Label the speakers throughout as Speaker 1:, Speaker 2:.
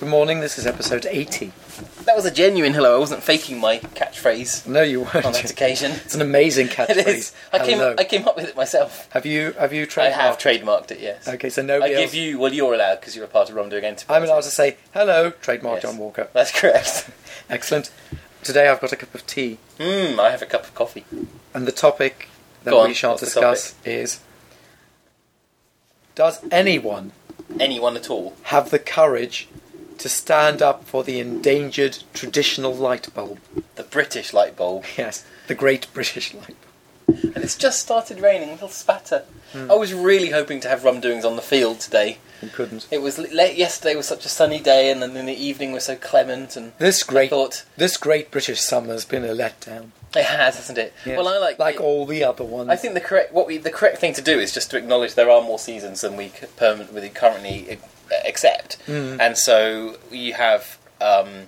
Speaker 1: Good morning, this is episode 80.
Speaker 2: That was a genuine hello. I wasn't faking my catchphrase
Speaker 1: No, you weren't.
Speaker 2: on that occasion.
Speaker 1: It's an amazing catchphrase.
Speaker 2: Oh, it is. I came,
Speaker 1: Hello.
Speaker 2: I came up with it myself.
Speaker 1: Have you have you
Speaker 2: I
Speaker 1: trademarked?
Speaker 2: have trademarked it, yes.
Speaker 1: Okay, so
Speaker 2: I
Speaker 1: nobody
Speaker 2: give
Speaker 1: else.
Speaker 2: you, well, you're allowed because you're a part of Wrongdoing Enterprise.
Speaker 1: I'm allowed to say hello,
Speaker 2: Yes.
Speaker 1: trademark John Walker.
Speaker 2: That's correct.
Speaker 1: Excellent. Today I've got a cup of tea,
Speaker 2: Mmm, I have a cup of coffee.
Speaker 1: and the topic that
Speaker 2: Go on,
Speaker 1: we shall
Speaker 2: what's the topic?
Speaker 1: discuss is: Does anyone
Speaker 2: Anyone at all.
Speaker 1: have the courage to stand up for the endangered traditional light bulb?
Speaker 2: The British light bulb.
Speaker 1: Yes, the Great British Light. Bulb.
Speaker 2: And it's just started raining, a little spatter.
Speaker 1: Hmm.
Speaker 2: I was really hoping to have wrongdoings on the field today.
Speaker 1: You couldn't.
Speaker 2: It was late yesterday was such a sunny day, and then in the evening was so clement, and
Speaker 1: This great,
Speaker 2: thought-
Speaker 1: this great British summer's been a letdown.
Speaker 2: it has, hasn't it?
Speaker 1: Yes.
Speaker 2: Well, I like
Speaker 1: like
Speaker 2: it-
Speaker 1: all the other ones.
Speaker 2: I think the correct what we the correct thing to do is just to acknowledge there are more seasons than we c- permanent we currently a- accept,
Speaker 1: Mm.
Speaker 2: and so you have um,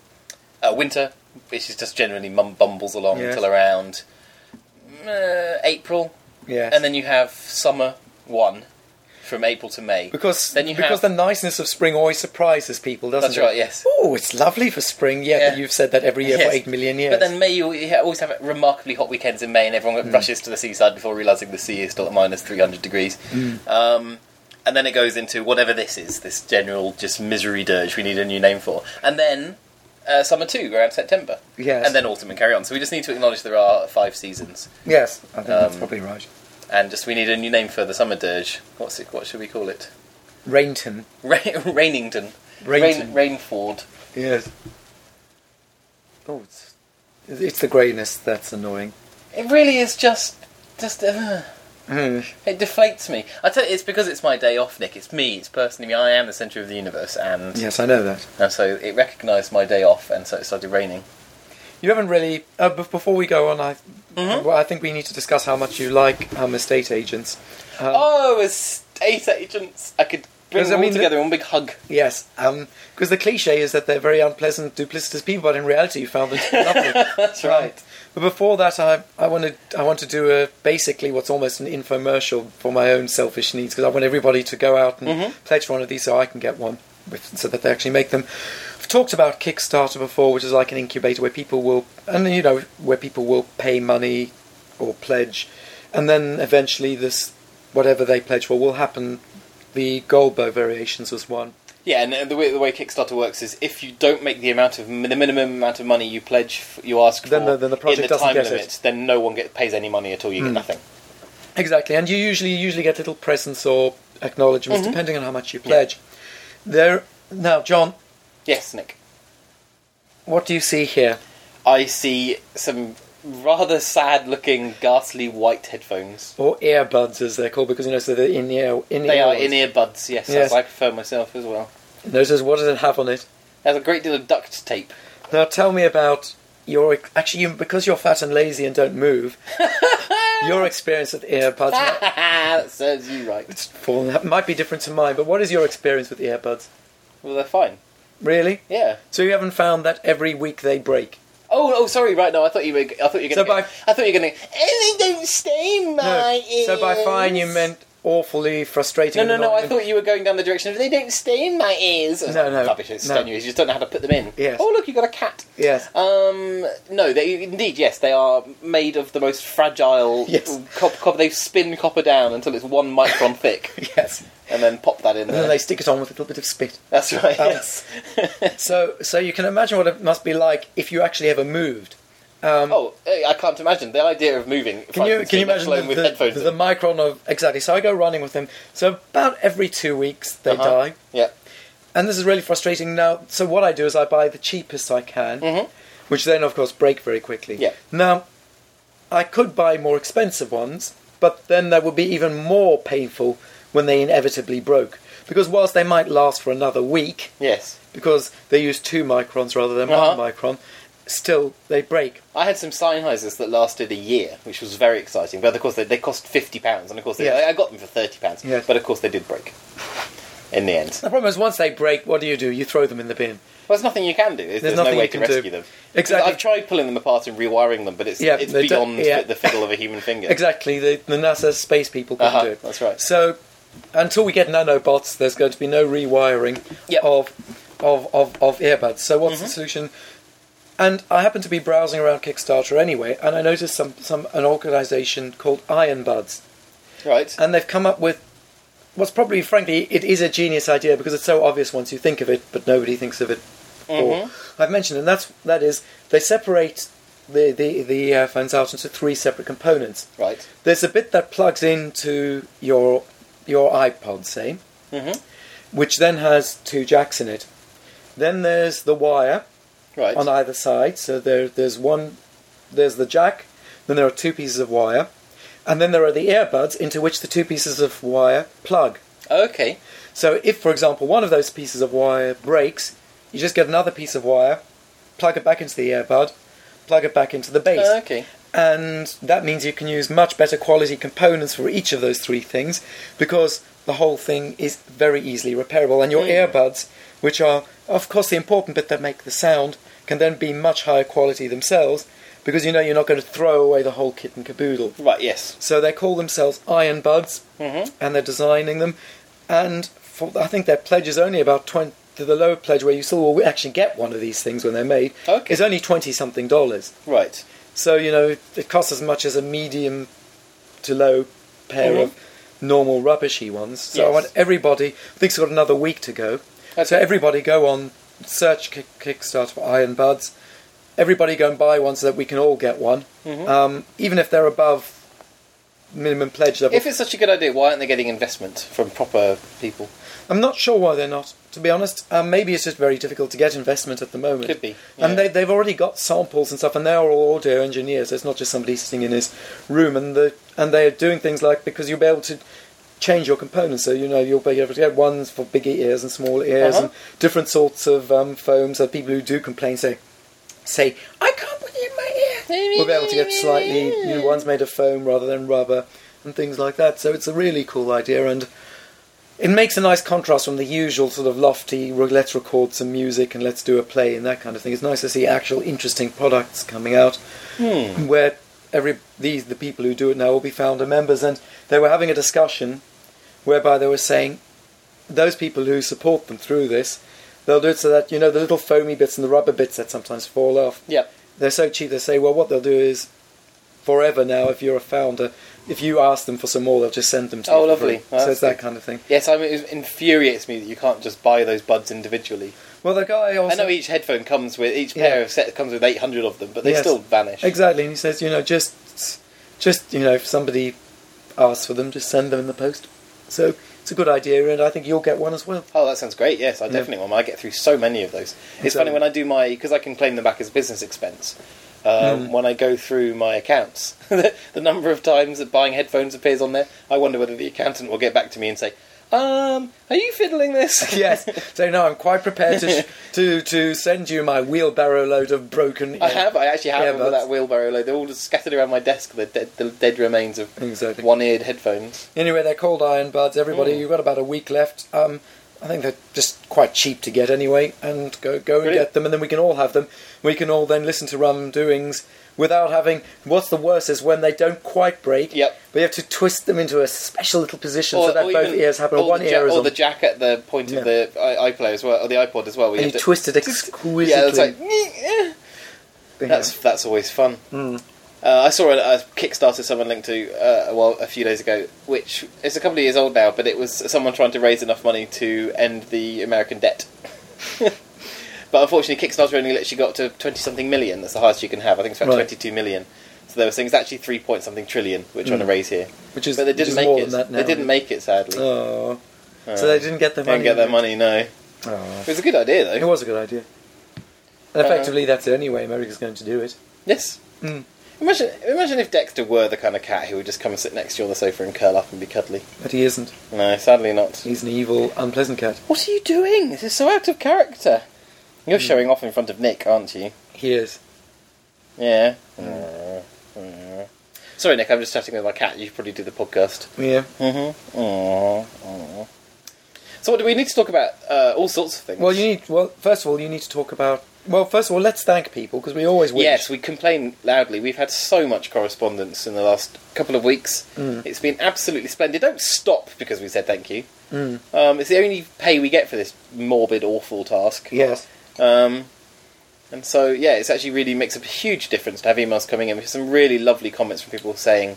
Speaker 2: uh, winter, which is just generally mum bumbles along
Speaker 1: Yes.
Speaker 2: until around uh, April,
Speaker 1: yes.
Speaker 2: and then you have summer one from April to May.
Speaker 1: Because
Speaker 2: Then you
Speaker 1: because
Speaker 2: have-
Speaker 1: the niceness of spring always surprises people, doesn't
Speaker 2: That's
Speaker 1: it?
Speaker 2: right, yes.
Speaker 1: Oh, it's lovely for spring. Yeah, but
Speaker 2: Yeah.
Speaker 1: you've said that every year
Speaker 2: Yes.
Speaker 1: for eight million years.
Speaker 2: But then May, you you always have remarkably hot weekends in May, and everyone
Speaker 1: Mm.
Speaker 2: rushes to the seaside before realizing the sea is still at minus three hundred degrees.
Speaker 1: Mm.
Speaker 2: Um, and then it goes into whatever this is, this general just misery dirge. We need a new name for, and then uh, summer two around September,
Speaker 1: Yes.
Speaker 2: and then autumn and carry on. So we just need to acknowledge there are five seasons,
Speaker 1: yes, I think that's
Speaker 2: Um,
Speaker 1: probably right.
Speaker 2: and just we need a new name for the summer dirge. What's it? What should we call it?
Speaker 1: Rainton.
Speaker 2: Ra- Rainington, Rain-
Speaker 1: Rainton.
Speaker 2: Rainford.
Speaker 1: Yes. Oh, it's it's the greyness that's annoying.
Speaker 2: It really is just just. Uh, It deflates me. I tell you, it's because it's my day off, Nick. It's me. It's personally me. I am the centre of the universe, and,
Speaker 1: yes, I know that.
Speaker 2: and so it recognised my day off, and so it started raining.
Speaker 1: You haven't really. Uh, bef- before we go on, I
Speaker 2: Mhm.
Speaker 1: well, I think we need to discuss how much you like um, estate agents. Um,
Speaker 2: oh, estate agents! I could bring
Speaker 1: Because,
Speaker 2: them
Speaker 1: I mean,
Speaker 2: all
Speaker 1: the-
Speaker 2: together in one big hug.
Speaker 1: Yes, because the cliche is that they're very unpleasant, duplicitous people, but in reality, you found them to be lovely.
Speaker 2: That's
Speaker 1: But before that, I I want to I want to do a basically what's almost an infomercial for my own selfish needs because I want everybody to go out and pledge for one of these so I can get one, with, so that they actually make them. I've talked about Kickstarter before, which is like an incubator where people will and you know where people will pay money or pledge, and then eventually this whatever they pledge for will happen. The Goldberg variations was one.
Speaker 2: Yeah, and uh, the way the way Kickstarter works is if you don't make the amount of the minimum amount of money you pledge, f- you ask
Speaker 1: Then
Speaker 2: for
Speaker 1: the- then the project
Speaker 2: in the
Speaker 1: doesn't
Speaker 2: time
Speaker 1: get it. Hmm.
Speaker 2: limit, then no one get, pays any money at all. You get nothing.
Speaker 1: Exactly, and you usually you usually get little presents or acknowledgements
Speaker 2: Mm-hmm.
Speaker 1: depending on how much you pledge. There now, John,
Speaker 2: Yes, Nick.
Speaker 1: what do you see here?
Speaker 2: I see some rather sad-looking, ghastly white headphones.
Speaker 1: Or earbuds, as they're called, because you know, so they're in ear in
Speaker 2: They are in earbuds, yes, as
Speaker 1: Yes.
Speaker 2: I prefer myself as well.
Speaker 1: Notice what does it have on it?
Speaker 2: There's a great deal of duct tape.
Speaker 1: Now tell me about your ex- actually you, because you're fat and lazy and don't move. your experience with earbuds might-
Speaker 2: that serves you right.
Speaker 1: it's fallen- that might be different to mine, but what is your experience with earbuds?
Speaker 2: Well, they're fine.
Speaker 1: Really?
Speaker 2: Yeah.
Speaker 1: So you haven't found that every week they break?
Speaker 2: Oh, oh, sorry. Right now, I thought you were. I thought you were
Speaker 1: So
Speaker 2: going.
Speaker 1: by-
Speaker 2: to I thought you were going to. And they don't stay in my ears.
Speaker 1: So by fine you meant awfully frustrating.
Speaker 2: No, no,
Speaker 1: and
Speaker 2: no. I
Speaker 1: annoying.
Speaker 2: thought you were going down the direction of they don't stay in my ears. I was
Speaker 1: No,
Speaker 2: like,
Speaker 1: no,
Speaker 2: Rubbish. It's
Speaker 1: no.
Speaker 2: on you. You just don't know how to put them in.
Speaker 1: Yes.
Speaker 2: Oh, look, you got a cat.
Speaker 1: Yes.
Speaker 2: Um, no, they indeed yes, they are made of the most fragile.
Speaker 1: Yes.
Speaker 2: Cop, cop, they spin copper down until it's one micron thick,
Speaker 1: Yes.
Speaker 2: and then pop that in
Speaker 1: And
Speaker 2: there.
Speaker 1: then they stick it on with a little bit of spit.
Speaker 2: That's right.
Speaker 1: Um,
Speaker 2: yes.
Speaker 1: So, so you can imagine what it must be like if you actually ever moved.
Speaker 2: oh, eh, I can't imagine the idea of moving.
Speaker 1: um, Can you can you imagine the,
Speaker 2: alone with headphones?
Speaker 1: the, the micron of exactly? So I go running with them. So about every two weeks they
Speaker 2: Uh-huh.
Speaker 1: die,
Speaker 2: yeah.
Speaker 1: and this is really frustrating. Now, so what I do is I buy the cheapest I can,
Speaker 2: Mhm.
Speaker 1: which then of course break very quickly.
Speaker 2: Yeah.
Speaker 1: Now, I could buy more expensive ones, but then that would be even more painful when they inevitably broke. Because whilst they might last for another week,
Speaker 2: Yes.
Speaker 1: because they use two microns rather than
Speaker 2: Uh-huh.
Speaker 1: one micron, still they break.
Speaker 2: I had some Sennheisers that lasted a year, which was very exciting. But of course, they, they cost fifty pounds, and of course, they,
Speaker 1: Yes.
Speaker 2: I, I got them for thirty pounds.
Speaker 1: Yes.
Speaker 2: But of course, they did break in the end.
Speaker 1: The problem is, once they break, what do you do? You throw them in the bin.
Speaker 2: Well, there's nothing you can do. There's, there's
Speaker 1: nothing
Speaker 2: no way
Speaker 1: you
Speaker 2: to
Speaker 1: can do.
Speaker 2: rescue them.
Speaker 1: Exactly.
Speaker 2: I've tried pulling them apart and rewiring them, but it's
Speaker 1: Yeah,
Speaker 2: it's
Speaker 1: they don't-
Speaker 2: beyond
Speaker 1: yeah.
Speaker 2: the fiddle of a human finger.
Speaker 1: Exactly, the, the NASA space people couldn't
Speaker 2: Uh-huh,
Speaker 1: do it.
Speaker 2: that's right.
Speaker 1: So, until we get nanobots, there's going to be no rewiring
Speaker 2: Yep. Mm-hmm.
Speaker 1: of of, of, of earbuds. So what's the solution? And I happened to be browsing around Kickstarter anyway, and I noticed some, some an organisation called Iron Buds,
Speaker 2: Right.
Speaker 1: and they've come up with what's probably, frankly, it is a genius idea because it's so obvious once you think of it, but nobody thinks of it. before. I've mentioned, and that's that is they separate the the the uh, phones out into three separate components.
Speaker 2: Right.
Speaker 1: There's a bit that plugs into your your iPod, say,
Speaker 2: Mhm.
Speaker 1: which then has two jacks in it. Then there's the wire
Speaker 2: Right.
Speaker 1: on either side. So there, there's one, there's the jack. Then there are two pieces of wire, and then there are the earbuds into which the two pieces of wire plug.
Speaker 2: Okay.
Speaker 1: So if, for example, one of those pieces of wire breaks, you just get another piece of wire, plug it back into the earbud, plug it back into the base.
Speaker 2: Okay.
Speaker 1: And that means you can use much better quality components for each of those three things because the whole thing is very easily repairable. And your earbuds, which are, of course, the important bit that make the sound, can then be much higher quality themselves because you know you're not going to throw away the whole kit and caboodle.
Speaker 2: Right. Yes.
Speaker 1: So they call themselves Iron Buds,
Speaker 2: Mhm.
Speaker 1: and they're designing them. And for, I think their pledge is only about twenty. The lower pledge, where you still will actually get one of these things when they're made,
Speaker 2: Okay.
Speaker 1: is only twenty something dollars.
Speaker 2: Right.
Speaker 1: So you know it costs as much as a medium to low pair of normal rubbishy ones. So I
Speaker 2: Yes.
Speaker 1: want everybody. I think it's got another week to go. So
Speaker 2: Okay.
Speaker 1: everybody go on search kick, Kickstarter for Iron Buds. Everybody go and buy one so that we can all get one. Um, even if they're above minimum pledge level.
Speaker 2: If it's such a good idea, why aren't they getting investment from proper people?
Speaker 1: I'm not sure why they're not. To be honest, um, maybe it's just very difficult to get investment at the moment.
Speaker 2: Could be,
Speaker 1: And
Speaker 2: yeah.
Speaker 1: they, they've already got samples and stuff, and they're all audio engineers. It's not just somebody sitting in his room, and the and they are doing things like because you'll be able to change your components. So you know you'll be able to get ones for bigger ears and small ears,
Speaker 2: Uh-huh.
Speaker 1: and different sorts of um, foams. That people who do complain say, say, I can't put it in my ear. We'll be able to get slightly new ones made of foam rather than rubber and things like that. So it's a really cool idea, and it makes a nice contrast from the usual sort of lofty re- let's record some music and let's do a play and that kind of thing. It's nice to see actual interesting products coming out where every these the people who do it now will be founder members, and they were having a discussion whereby they were saying those people who support them through this. They'll do it so that you know the little foamy bits and the rubber bits that sometimes fall off
Speaker 2: Yeah.
Speaker 1: they're so cheap they say well what they'll do is forever now if you're a founder if you ask them for some more they'll just send them to
Speaker 2: Oh,
Speaker 1: you for
Speaker 2: lovely.
Speaker 1: free.
Speaker 2: Well,
Speaker 1: so
Speaker 2: that's
Speaker 1: it's that
Speaker 2: good.
Speaker 1: kind of thing
Speaker 2: Yes, I mean, it infuriates me that you can't just buy those buds individually.
Speaker 1: well the guy also
Speaker 2: I know each headphone comes with each pair
Speaker 1: Yeah.
Speaker 2: of set comes with eight hundred of them, but they
Speaker 1: Yes.
Speaker 2: still vanish.
Speaker 1: exactly and he says you know just just you know if somebody asks for them just send them in the post so it's a good idea and i think you'll get one as well
Speaker 2: Oh, that sounds great. Yes, I definitely want. one. I get through so many of those. It's
Speaker 1: Exactly.
Speaker 2: funny when I do my because I can claim them back as business expense.
Speaker 1: Mm.
Speaker 2: Um, When I go through my accounts, the number of times that buying headphones appears on there, I wonder whether the accountant will get back to me and say, "Um, are you fiddling this?"
Speaker 1: yes so no i'm quite prepared to sh- to to send you my wheelbarrow load of broken
Speaker 2: I have. I actually have
Speaker 1: Yeah,
Speaker 2: them with
Speaker 1: but-
Speaker 2: that wheelbarrow. Like, they're all just scattered around my desk. The dead, the dead remains of
Speaker 1: Exactly.
Speaker 2: one-eared headphones.
Speaker 1: Anyway, they're called iron buds. Everybody,
Speaker 2: Mm.
Speaker 1: you've got about a week left. Um, I think they're just quite cheap to get anyway, and go go and
Speaker 2: Brilliant.
Speaker 1: get them, and then we can all have them. We can all then listen to rum doings without having. What's the worst is when they don't quite break.
Speaker 2: Yep.
Speaker 1: But you have to twist them into a special little position so that both
Speaker 2: even-
Speaker 1: ears happen. Or
Speaker 2: or
Speaker 1: one
Speaker 2: the ja-
Speaker 1: ear is
Speaker 2: or
Speaker 1: on,
Speaker 2: the jack at the point
Speaker 1: Yeah.
Speaker 2: of the i- iPlayer as well, or the iPod as well. where
Speaker 1: and you
Speaker 2: have to-
Speaker 1: twist it exquisitely.
Speaker 2: Yeah, it's like eh.
Speaker 1: Yeah. Hmm.
Speaker 2: that's that's always fun. Uh, I saw a, a Kickstarter someone linked to uh, well a few days ago, which is a couple of years old now, but it was someone trying to raise enough money to end the American debt. but unfortunately, Kickstarter only lets you go up to twenty something million. That's the highest you can have. I think it's about
Speaker 1: Right.
Speaker 2: twenty two million. So there was things actually three point something trillion we're trying to raise here,
Speaker 1: which is
Speaker 2: but they
Speaker 1: which
Speaker 2: didn't
Speaker 1: is
Speaker 2: make
Speaker 1: Hmm. more
Speaker 2: it.
Speaker 1: than that now.
Speaker 2: They didn't make it sadly.
Speaker 1: Oh,
Speaker 2: Uh,
Speaker 1: so they didn't get their
Speaker 2: didn't
Speaker 1: money.
Speaker 2: get their money. No, it
Speaker 1: Oh.
Speaker 2: was a good idea though.
Speaker 1: It was a good idea. And
Speaker 2: Uh,
Speaker 1: effectively, that's the only way America's going to do it.
Speaker 2: Yes.
Speaker 1: Mm.
Speaker 2: Imagine, imagine if Dexter were the kind of cat who would just come and sit next to you on the sofa and curl up and be cuddly.
Speaker 1: But he isn't.
Speaker 2: No, sadly not.
Speaker 1: He's an evil, unpleasant cat.
Speaker 2: What are you doing? This is so out of character. You're
Speaker 1: Hmm.
Speaker 2: showing off in front of Nick, aren't you?
Speaker 1: He is.
Speaker 2: Yeah.
Speaker 1: Hmm.
Speaker 2: Mm. Mm. Sorry, Nick. I'm just chatting with my cat. You should probably do the podcast.
Speaker 1: Yeah.
Speaker 2: Mm-hmm. Aww. So, what do we need to talk about? Uh, all sorts of things.
Speaker 1: Well, you need. Well, first of all, you need to talk about. Well, first of all, let's thank people because we always win.
Speaker 2: Yes, we complain loudly. We've had so much
Speaker 1: Hmm.
Speaker 2: correspondence in the last couple of weeks. It's been absolutely splendid. Don't stop because we said thank you.
Speaker 1: Hmm.
Speaker 2: Um, it's the only pay we get for this morbid, awful task.
Speaker 1: Yes.
Speaker 2: Um, and so, yeah, it's actually really makes a huge difference to have emails coming in. We have some really lovely comments from people saying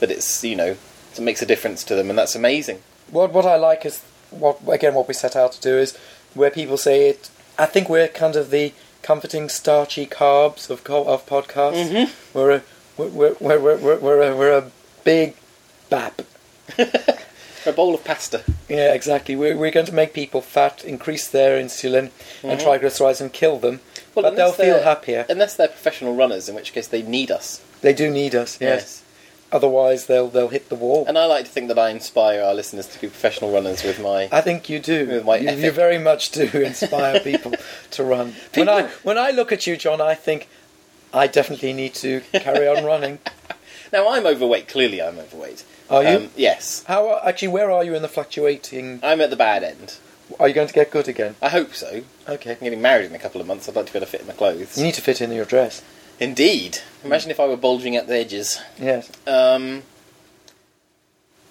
Speaker 2: that it's, you know, it makes a difference to them, and that's amazing.
Speaker 1: What what I like is what again what we set out to do is where people say it. I think we're kind of the comforting starchy carbs of co- of podcasts. We're a we're we're we're we're, we're, a, we're a big bap.
Speaker 2: A bowl of pasta.
Speaker 1: Yeah, exactly. We're we're going to make people fat, increase their insulin and triglycerides, and kill them. but they'll
Speaker 2: unless
Speaker 1: feel
Speaker 2: they're-
Speaker 1: happier.
Speaker 2: Unless they're professional runners, in which case they need us.
Speaker 1: They do need us. Yes. Otherwise, they'll they'll hit the wall.
Speaker 2: And I like to think that I inspire our listeners to be professional runners with my.
Speaker 1: I think you do.
Speaker 2: With my
Speaker 1: you,
Speaker 2: ethic.
Speaker 1: you very much do inspire people to run. When I
Speaker 2: People-
Speaker 1: when I look at you, John, I think I definitely need to carry on running.
Speaker 2: Now, I'm overweight. Clearly, I'm overweight. Um,
Speaker 1: Are you?
Speaker 2: yes.
Speaker 1: How are- actually? Where are you in the fluctuating?
Speaker 2: I'm at the bad end.
Speaker 1: Are you going to get good again?
Speaker 2: I hope so.
Speaker 1: Okay.
Speaker 2: I'm getting married in a couple of months. I'd like to be able to fit in my clothes.
Speaker 1: You need to fit in your dress.
Speaker 2: Indeed. Imagine if I were bulging at the edges.
Speaker 1: Yes.
Speaker 2: Um,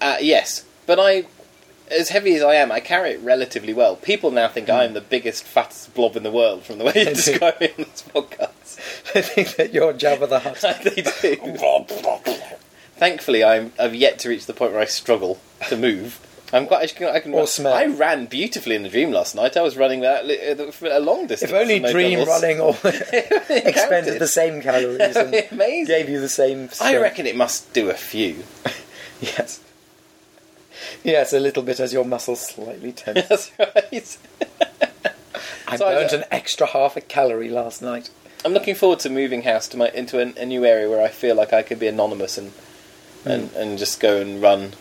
Speaker 2: uh, yes, but I, as heavy as I am, I carry it relatively well. People now
Speaker 1: Mm.
Speaker 2: think I am the biggest, fattest blob in the world from the way you
Speaker 1: do.
Speaker 2: describe me on this podcast.
Speaker 1: I think that you're Jabba the Hutt.
Speaker 2: they do. Thankfully, I'm, I've yet to reach the point where I struggle to move. I'm quite. I can, I can
Speaker 1: Or smell.
Speaker 2: I ran beautifully in the dream last night. I was running without, li- uh, for a long distance.
Speaker 1: If only
Speaker 2: with no
Speaker 1: dream
Speaker 2: doubles.
Speaker 1: running all expended
Speaker 2: counted.
Speaker 1: the same calories and
Speaker 2: Amazing.
Speaker 1: gave you the same.
Speaker 2: I
Speaker 1: strength.
Speaker 2: reckon it must do a few.
Speaker 1: Yes. Yes, a little bit as your muscles slightly tense.
Speaker 2: That's right.
Speaker 1: I
Speaker 2: So I-
Speaker 1: burned an extra half a calorie last night.
Speaker 2: I'm looking forward to moving house to my into an, a new area where I feel like I could be anonymous and
Speaker 1: Hmm.
Speaker 2: and, and just go and run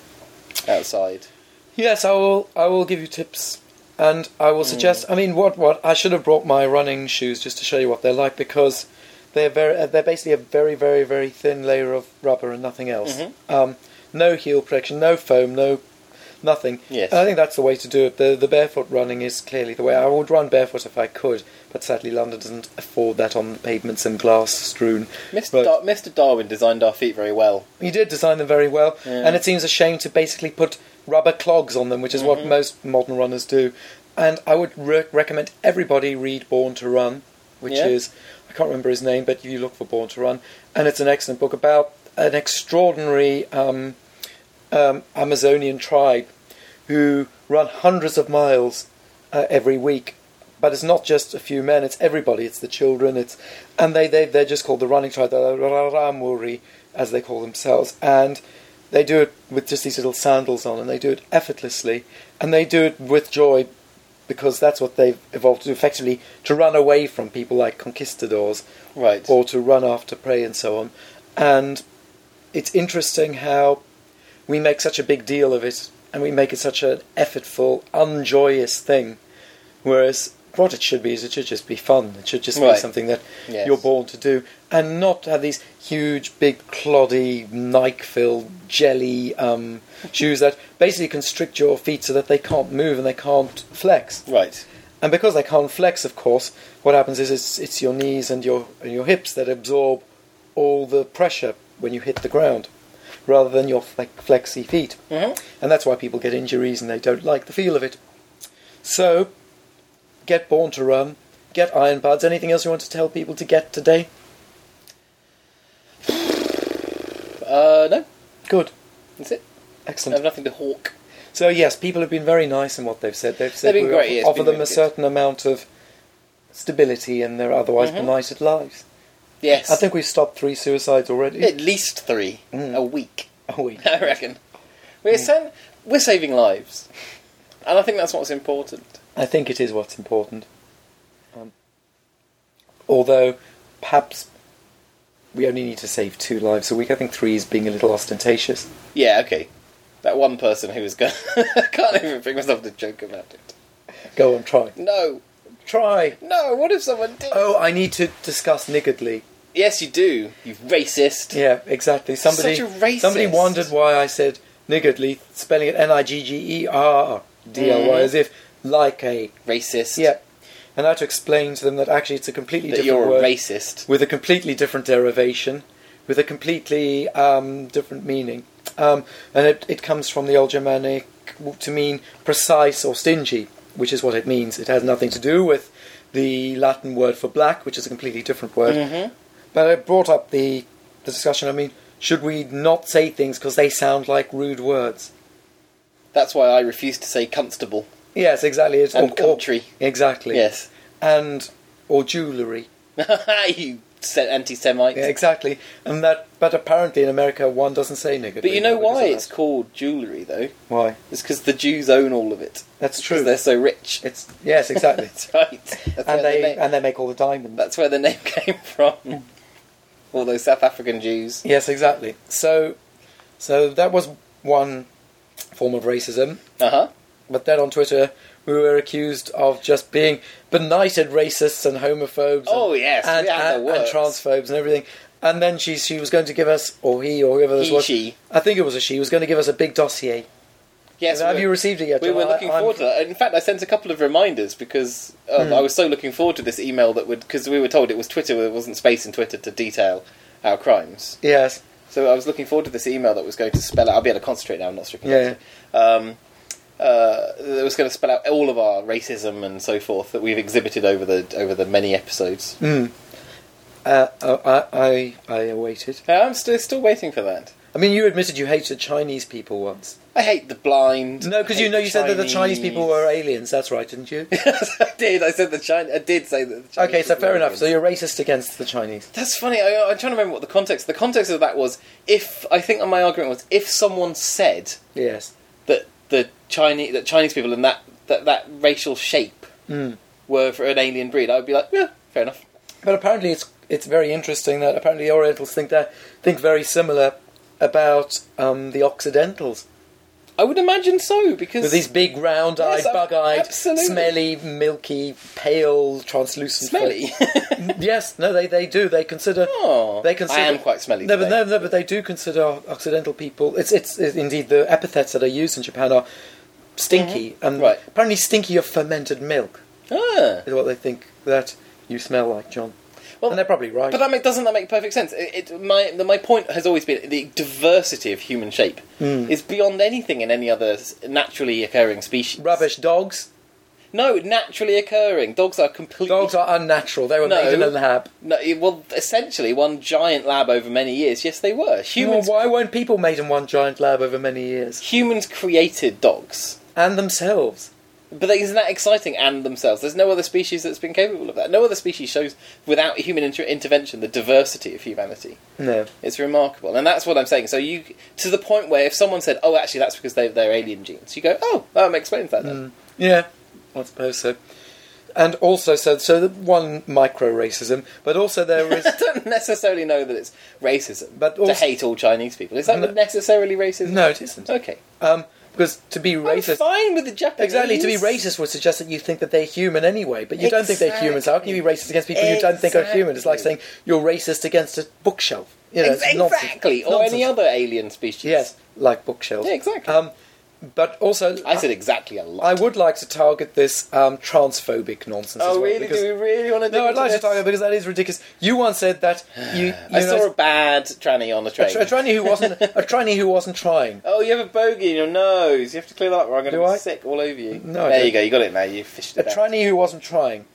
Speaker 2: outside.
Speaker 1: Yes, I will. I will give you tips, and I will suggest. I mean, what what I should have brought my running shoes just to show you what they're like because they're very. uh, They're basically a very, very, very thin layer of rubber and nothing else. Um, no heel protection, no foam, no nothing.
Speaker 2: Yes.
Speaker 1: And I think that's the way to do it. The the barefoot running is clearly the way. I would run barefoot if I could, but sadly London doesn't afford that on the pavements and glass strewn.
Speaker 2: Mr.
Speaker 1: roads.
Speaker 2: Dar- Mr. Darwin designed our feet very well.
Speaker 1: He did design them very well,
Speaker 2: Yeah.
Speaker 1: and it seems a shame to basically put rubber clogs on them, which is
Speaker 2: Mm-hmm.
Speaker 1: what most modern runners do. And I would re- recommend everybody read Born to Run, which
Speaker 2: Yeah.
Speaker 1: is I can't remember his name, but you look for Born to Run, and it's an excellent book about an extraordinary um, um, Amazonian tribe who run hundreds of miles uh, every week. But it's not just a few men; it's everybody. It's the children. It's and they they they're just called the running tribe, the Raramuri, as they call themselves, and they do it with just these little sandals on, and they do it effortlessly, and they do it with joy, because that's what they've evolved to do, effectively to run away from people like conquistadors,
Speaker 2: Right.
Speaker 1: or to run after prey and so on. And it's interesting how we make such a big deal of it and we make it such an effortful, unjoyous thing. Whereas what it should be is it should just be fun. It should just
Speaker 2: Right.
Speaker 1: be something that
Speaker 2: Yes.
Speaker 1: you're born to do and not have these huge, big, cloddy, Nike filled jelly um, shoes that basically constrict your feet so that they can't move and they can't flex.
Speaker 2: right.
Speaker 1: And because they can't flex, of course, what happens is it's, it's your knees and your, and your hips that absorb all the pressure when you hit the ground, rather than your fle- flexy feet.
Speaker 2: Mhm.
Speaker 1: And that's why people get injuries and they don't like the feel of it. So, get born to run, get iron buds. Anything else you want to tell people to get today?
Speaker 2: Uh, no,
Speaker 1: Good,
Speaker 2: that's it. I have
Speaker 1: excellent.
Speaker 2: nothing to hawk.
Speaker 1: So yes, people have been very nice in what they've said. They've said
Speaker 2: They've been
Speaker 1: we
Speaker 2: great,
Speaker 1: offer,
Speaker 2: yeah, it's
Speaker 1: offer
Speaker 2: been
Speaker 1: them
Speaker 2: really
Speaker 1: a
Speaker 2: good.
Speaker 1: certain amount of stability in their otherwise
Speaker 2: Mm-hmm.
Speaker 1: benighted lives.
Speaker 2: Yes.
Speaker 1: I think we've stopped three suicides already.
Speaker 2: at least three a week.
Speaker 1: Oh, we-
Speaker 2: I reckon. We're
Speaker 1: Mm.
Speaker 2: san- we're saving lives, and I think that's what's important.
Speaker 1: I think it is what's important. Um, although, perhaps we only need to save two lives a week. I think three is being a little ostentatious.
Speaker 2: Yeah. Okay. That one person who was going. I can't even bring myself to joke about it.
Speaker 1: Go on, try.
Speaker 2: No.
Speaker 1: Try!
Speaker 2: No. What if someone did?
Speaker 1: Oh, I need to discuss niggardly.
Speaker 2: Yes, you do. You racist.
Speaker 1: Yeah, exactly. Somebody,
Speaker 2: Such a racist.
Speaker 1: somebody wondered why I said niggardly, spelling it E N-I-G-G-E-R-D-L-Y,
Speaker 2: Mhm.
Speaker 1: as if like a
Speaker 2: Racist.
Speaker 1: yeah. And I had to explain to them that actually it's a completely
Speaker 2: That
Speaker 1: different
Speaker 2: you're
Speaker 1: word.
Speaker 2: a racist.
Speaker 1: with a completely different derivation, with a completely um, different meaning. Um, and it, it comes from the old Germanic w- to mean precise or stingy, which is what it means. It has nothing to do with the Latin word for black, which is a completely different word.
Speaker 2: Mm-hmm.
Speaker 1: But it brought up the, the discussion. I mean, should we not say things because they sound like rude words?
Speaker 2: That's why I refuse to say constable.
Speaker 1: Yes, exactly. It's
Speaker 2: And country.
Speaker 1: exactly.
Speaker 2: Yes.
Speaker 1: And or jewellery.
Speaker 2: you se- anti-Semite.
Speaker 1: Yeah, exactly. And that, but apparently in America, one doesn't say nigger.
Speaker 2: but you know why it's called jewellery, though?
Speaker 1: why?
Speaker 2: It's because the Jews own all of it.
Speaker 1: That's
Speaker 2: Because
Speaker 1: true.
Speaker 2: they're so rich.
Speaker 1: It's yes, exactly.
Speaker 2: That's right. That's where
Speaker 1: and
Speaker 2: their
Speaker 1: they
Speaker 2: name-
Speaker 1: and they make all the diamonds.
Speaker 2: That's where the name came from. All those South African Jews.
Speaker 1: Yes, exactly. So, so that was one form of racism.
Speaker 2: Uh huh.
Speaker 1: But then on Twitter, we were accused of just being benighted racists and homophobes. and-
Speaker 2: Oh, yes, we had
Speaker 1: and,
Speaker 2: the
Speaker 1: and, and
Speaker 2: works.
Speaker 1: transphobes and everything. And then she she was going to give us or he or whoever this
Speaker 2: He,
Speaker 1: was.
Speaker 2: she.
Speaker 1: I think it was a she. Was going to give us a big dossier.
Speaker 2: Yes,
Speaker 1: Have
Speaker 2: we-
Speaker 1: you received it yet?
Speaker 2: We were
Speaker 1: John? I-
Speaker 2: looking
Speaker 1: I'm- Hmm.
Speaker 2: forward to that. In fact, I sent a couple of reminders because um, I was so looking forward to this email that would because we were told it was Twitter. There wasn't space in Twitter to detail our crimes.
Speaker 1: Yes.
Speaker 2: So I was looking forward to this email that was going to spell out. I'll be able to concentrate now. I'm not stricken.
Speaker 1: Yeah.
Speaker 2: Um, uh, that was going to spell out all of our racism and so forth that we've exhibited over the over the many episodes.
Speaker 1: Mm. Uh, I, I I awaited.
Speaker 2: Now, Uh, I'm still still waiting for that.
Speaker 1: I mean, you admitted you hated Chinese people once.
Speaker 2: I hate the blind.
Speaker 1: No, because
Speaker 2: I
Speaker 1: you
Speaker 2: hate
Speaker 1: know you said that the Chinese people were aliens. That's right, didn't you?
Speaker 2: Yes, I did. I said the China. I did say that. The Chinese
Speaker 1: okay, so
Speaker 2: people were
Speaker 1: fair enough.
Speaker 2: aliens.
Speaker 1: So you're racist against the Chinese.
Speaker 2: That's funny. I, I'm trying to remember what the context. The context of that was if I think my argument was if someone said
Speaker 1: Yes.
Speaker 2: that the Chinese that Chinese people and that that, that racial shape
Speaker 1: Mm.
Speaker 2: were for an alien breed, I would be like, yeah, fair enough.
Speaker 1: But apparently, it's it's very interesting that apparently the Orientals think that think very similar about um, the Occidentals
Speaker 2: I would imagine so because
Speaker 1: with these big, round-eyed,
Speaker 2: Yes, ab-
Speaker 1: bug-eyed,
Speaker 2: absolutely.
Speaker 1: smelly, milky, pale, translucent.
Speaker 2: smelly.
Speaker 1: yes, no, they, they do. They consider.
Speaker 2: Oh,
Speaker 1: they consider.
Speaker 2: I am quite smelly.
Speaker 1: No, but
Speaker 2: today.
Speaker 1: no, no, but they do consider Occidental people. It's, it's it's indeed the epithets that are used in Japan are stinky, and
Speaker 2: Right.
Speaker 1: apparently stinky of fermented milk
Speaker 2: Ah.
Speaker 1: is what they think that you smell like, John.
Speaker 2: Well,
Speaker 1: and they're probably right.
Speaker 2: But that make, doesn't that make perfect sense? It, it, my the- my point has always been the diversity of human shape
Speaker 1: Hmm.
Speaker 2: is beyond anything in any other s- naturally occurring species.
Speaker 1: Rubbish. Dogs.
Speaker 2: No, naturally occurring. Dogs are completely
Speaker 1: Dogs are unnatural. They were
Speaker 2: No.
Speaker 1: made in a lab.
Speaker 2: No, it- well, essentially one giant lab over many years. Yes, they were humans.
Speaker 1: Well, why weren't people made in one giant lab over many years
Speaker 2: Humans created dogs,
Speaker 1: and themselves?
Speaker 2: but isn't that exciting? And themselves, there's no other species that's been capable of that. No other species shows without human inter- intervention the diversity of humanity.
Speaker 1: No.
Speaker 2: It's remarkable, and that's what I'm saying. So you to the point where if someone said, "Oh, actually, that's because they've their alien genes," you go, "Oh, that explains that."
Speaker 1: Mm.
Speaker 2: Then.
Speaker 1: Yeah, I suppose so. And also, so so the one micro racism, but also there is.
Speaker 2: I don't necessarily know that it's racism,
Speaker 1: But
Speaker 2: to
Speaker 1: also-
Speaker 2: hate all Chinese people is that
Speaker 1: No.
Speaker 2: necessarily racism?
Speaker 1: no, it isn't.
Speaker 2: Okay.
Speaker 1: Um, because to be
Speaker 2: I'm
Speaker 1: racist,
Speaker 2: fine with the Japanese.
Speaker 1: exactly to be racist would suggest that you think that they're human anyway, but you don't think they're human. So how can you be racist against people you don't think are human? It's like saying
Speaker 2: Exactly.
Speaker 1: you're racist against a bookshelf. You know, it's
Speaker 2: Ex-
Speaker 1: nonsense.
Speaker 2: exactly, or
Speaker 1: Nonsense.
Speaker 2: any other alien species.
Speaker 1: Yes, like bookshelves.
Speaker 2: Yeah, exactly.
Speaker 1: Um, but also,
Speaker 2: I said exactly a lot.
Speaker 1: I would like to target this um, transphobic nonsense. as
Speaker 2: oh,
Speaker 1: well,
Speaker 2: really?
Speaker 1: because-
Speaker 2: Do we really want to?
Speaker 1: No, I'd like to target because that is ridiculous. You once said that you. you
Speaker 2: I
Speaker 1: know,
Speaker 2: saw a bad tranny on the train.
Speaker 1: a tranny who wasn't a tranny who wasn't trying.
Speaker 2: Oh, you have a bogey in your nose. You have to clear that up, or I'm going to
Speaker 1: Do
Speaker 2: be
Speaker 1: I?
Speaker 2: sick all over you.
Speaker 1: No, I
Speaker 2: there
Speaker 1: don't.
Speaker 2: you go. You got it now. You fished
Speaker 1: A
Speaker 2: it. out.
Speaker 1: tranny who wasn't trying,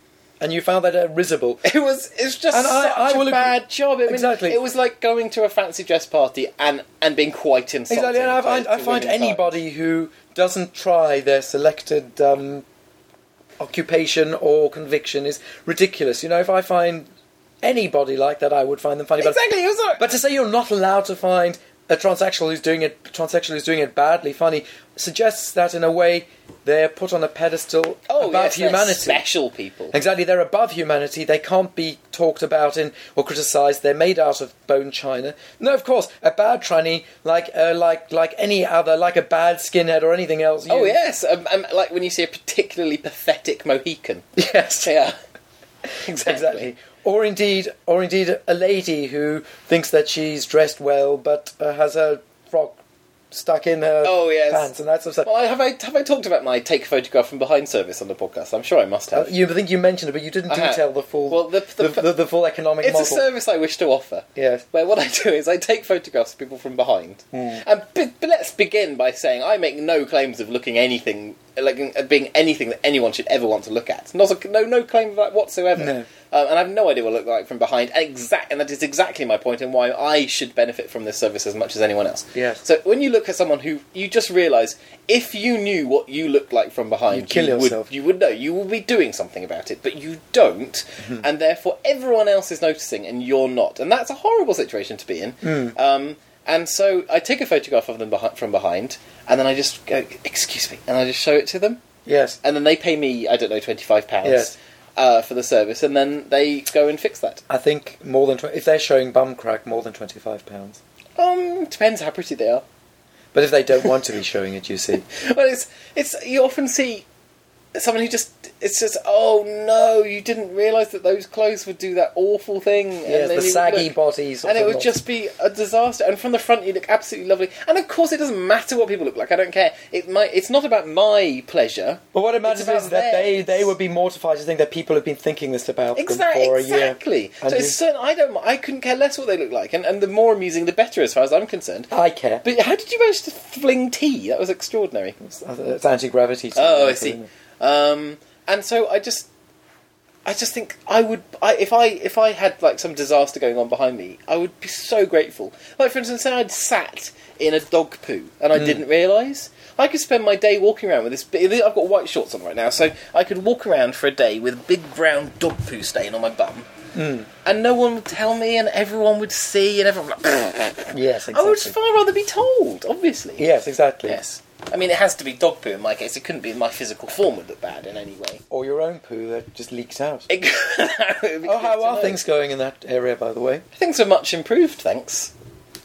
Speaker 1: and you found that risible.
Speaker 2: It was. It's just
Speaker 1: And I-
Speaker 2: such
Speaker 1: I
Speaker 2: a
Speaker 1: will agree-
Speaker 2: bad job. I mean,
Speaker 1: Exactly.
Speaker 2: It was like going to a fancy dress party and and being quite insulting.
Speaker 1: Exactly, and I
Speaker 2: to-
Speaker 1: find, I
Speaker 2: to
Speaker 1: find
Speaker 2: womenkind.
Speaker 1: anybody who doesn't try their selected um, occupation or conviction is ridiculous. You know, if I find anybody like that, I would find them funny.
Speaker 2: Exactly. It was
Speaker 1: But,
Speaker 2: like,
Speaker 1: but to say you're not allowed to find a transsexual who's doing it, transsexual who's doing it badly funny, suggests that in a way they're put on a pedestal
Speaker 2: oh,
Speaker 1: above
Speaker 2: yes, they're
Speaker 1: humanity.
Speaker 2: special people.
Speaker 1: Exactly, they're above humanity. They can't be talked about in or criticised. They're made out of bone china. No, of course, a bad tranny, like uh, like like any other, like a bad skinhead or anything else. You,
Speaker 2: Oh yes, um, um, like when you see a particularly pathetic Mohican.
Speaker 1: yes,
Speaker 2: Yeah,
Speaker 1: exactly. Or indeed, or indeed, a lady who thinks that she's dressed well but uh, has her frock stuck in her
Speaker 2: Oh, yes.
Speaker 1: pants and that sort of stuff.
Speaker 2: Well, I, have I have I talked about my take photograph from behind service on the podcast? I'm sure I must
Speaker 1: Uh,
Speaker 2: have.
Speaker 1: you I think you mentioned it, but you didn't
Speaker 2: I have.
Speaker 1: detail the full
Speaker 2: Uh-huh. Well, the- the-
Speaker 1: the, the full economic
Speaker 2: it's
Speaker 1: model.
Speaker 2: a service I wish to offer.
Speaker 1: Yes.
Speaker 2: Where what I do is I take photographs of people from behind,
Speaker 1: Hmm.
Speaker 2: and b- but let's begin by saying I make no claims of looking anything like uh, being anything that anyone should ever want to look at. Not a, no no claim of that whatsoever.
Speaker 1: No.
Speaker 2: Um, and I have no idea what I look like from behind. And exact, and that is exactly my point, and why I should benefit from this service as much as anyone else.
Speaker 1: Yes.
Speaker 2: So when you look at someone who you just realise if you knew what you looked like from behind,
Speaker 1: You'd kill
Speaker 2: you would-
Speaker 1: yourself.
Speaker 2: you would know. You will be doing something about it, but you don't,
Speaker 1: Hmm.
Speaker 2: and therefore everyone else is noticing and you're not, and that's a horrible situation to be in.
Speaker 1: Hmm.
Speaker 2: Um, and so I take a photograph of them behi- from behind, and then I just go, "Excuse me," and I just show it to them,
Speaker 1: yes.
Speaker 2: and then they pay me, I don't know, twenty five pounds
Speaker 1: Yes.
Speaker 2: uh, for the service, and then they go and fix that.
Speaker 1: I think more than tw- if they're showing bum crack, more than twenty five pounds.
Speaker 2: Um, depends how pretty they are.
Speaker 1: But if they don't want to be showing it, you see,
Speaker 2: well, it's it's you often see someone who just it's just oh no, you didn't realise that those clothes would do that awful thing. then
Speaker 1: yes, the
Speaker 2: you
Speaker 1: saggy
Speaker 2: look-
Speaker 1: bodies,
Speaker 2: and it
Speaker 1: of the
Speaker 2: would
Speaker 1: lot.
Speaker 2: just be a disaster. And from the front, you look absolutely lovely. And of course, it doesn't matter what people look like. I don't care. It might. It's not about my pleasure.
Speaker 1: But what it
Speaker 2: It's
Speaker 1: matters
Speaker 2: about
Speaker 1: is that they,
Speaker 2: theirs.
Speaker 1: they would be mortified to think that people have been thinking this about
Speaker 2: Exactly.
Speaker 1: them for a year.
Speaker 2: Exactly. So
Speaker 1: And
Speaker 2: it's
Speaker 1: you-
Speaker 2: certain. I don't. I couldn't care less what they look like. And and the more amusing, the better, as far as I'm concerned.
Speaker 1: I care.
Speaker 2: But how did you manage to fling tea? That was extraordinary.
Speaker 1: It's, Uh, it's anti gravity.
Speaker 2: Oh, I see.
Speaker 1: uh,
Speaker 2: Um, and so I just, I just think I would, I, if I if I had like some disaster going on behind me, I would be so grateful. Like for instance, say I'd sat in a dog poo and I
Speaker 1: Hmm.
Speaker 2: didn't realise. I could spend my day walking around with this. bi- I've got white shorts on right now, so I could walk around for a day with a big brown dog poo stain on my bum,
Speaker 1: Hmm.
Speaker 2: and no one would tell me, and everyone would see, and everyone. Would like,
Speaker 1: Yes, exactly.
Speaker 2: I would far rather be told, obviously.
Speaker 1: Yes, exactly.
Speaker 2: Yes. I mean, it has to be dog poo in my case. It couldn't be my physical form would look bad in any way.
Speaker 1: Or your own poo that just leaks out.
Speaker 2: It- that would be good
Speaker 1: Oh,
Speaker 2: to
Speaker 1: how are
Speaker 2: know.
Speaker 1: things going in that area, by the way?
Speaker 2: Things are much improved, thanks.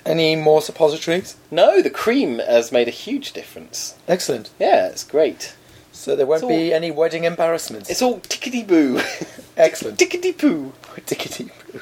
Speaker 1: Any more suppositories?
Speaker 2: No, the cream has made a huge difference.
Speaker 1: Excellent.
Speaker 2: Yeah, it's great.
Speaker 1: So there won't
Speaker 2: It's
Speaker 1: be any wedding embarrassments.
Speaker 2: It's all tickety boo.
Speaker 1: Excellent.
Speaker 2: tickety poo.
Speaker 1: Tickety poo.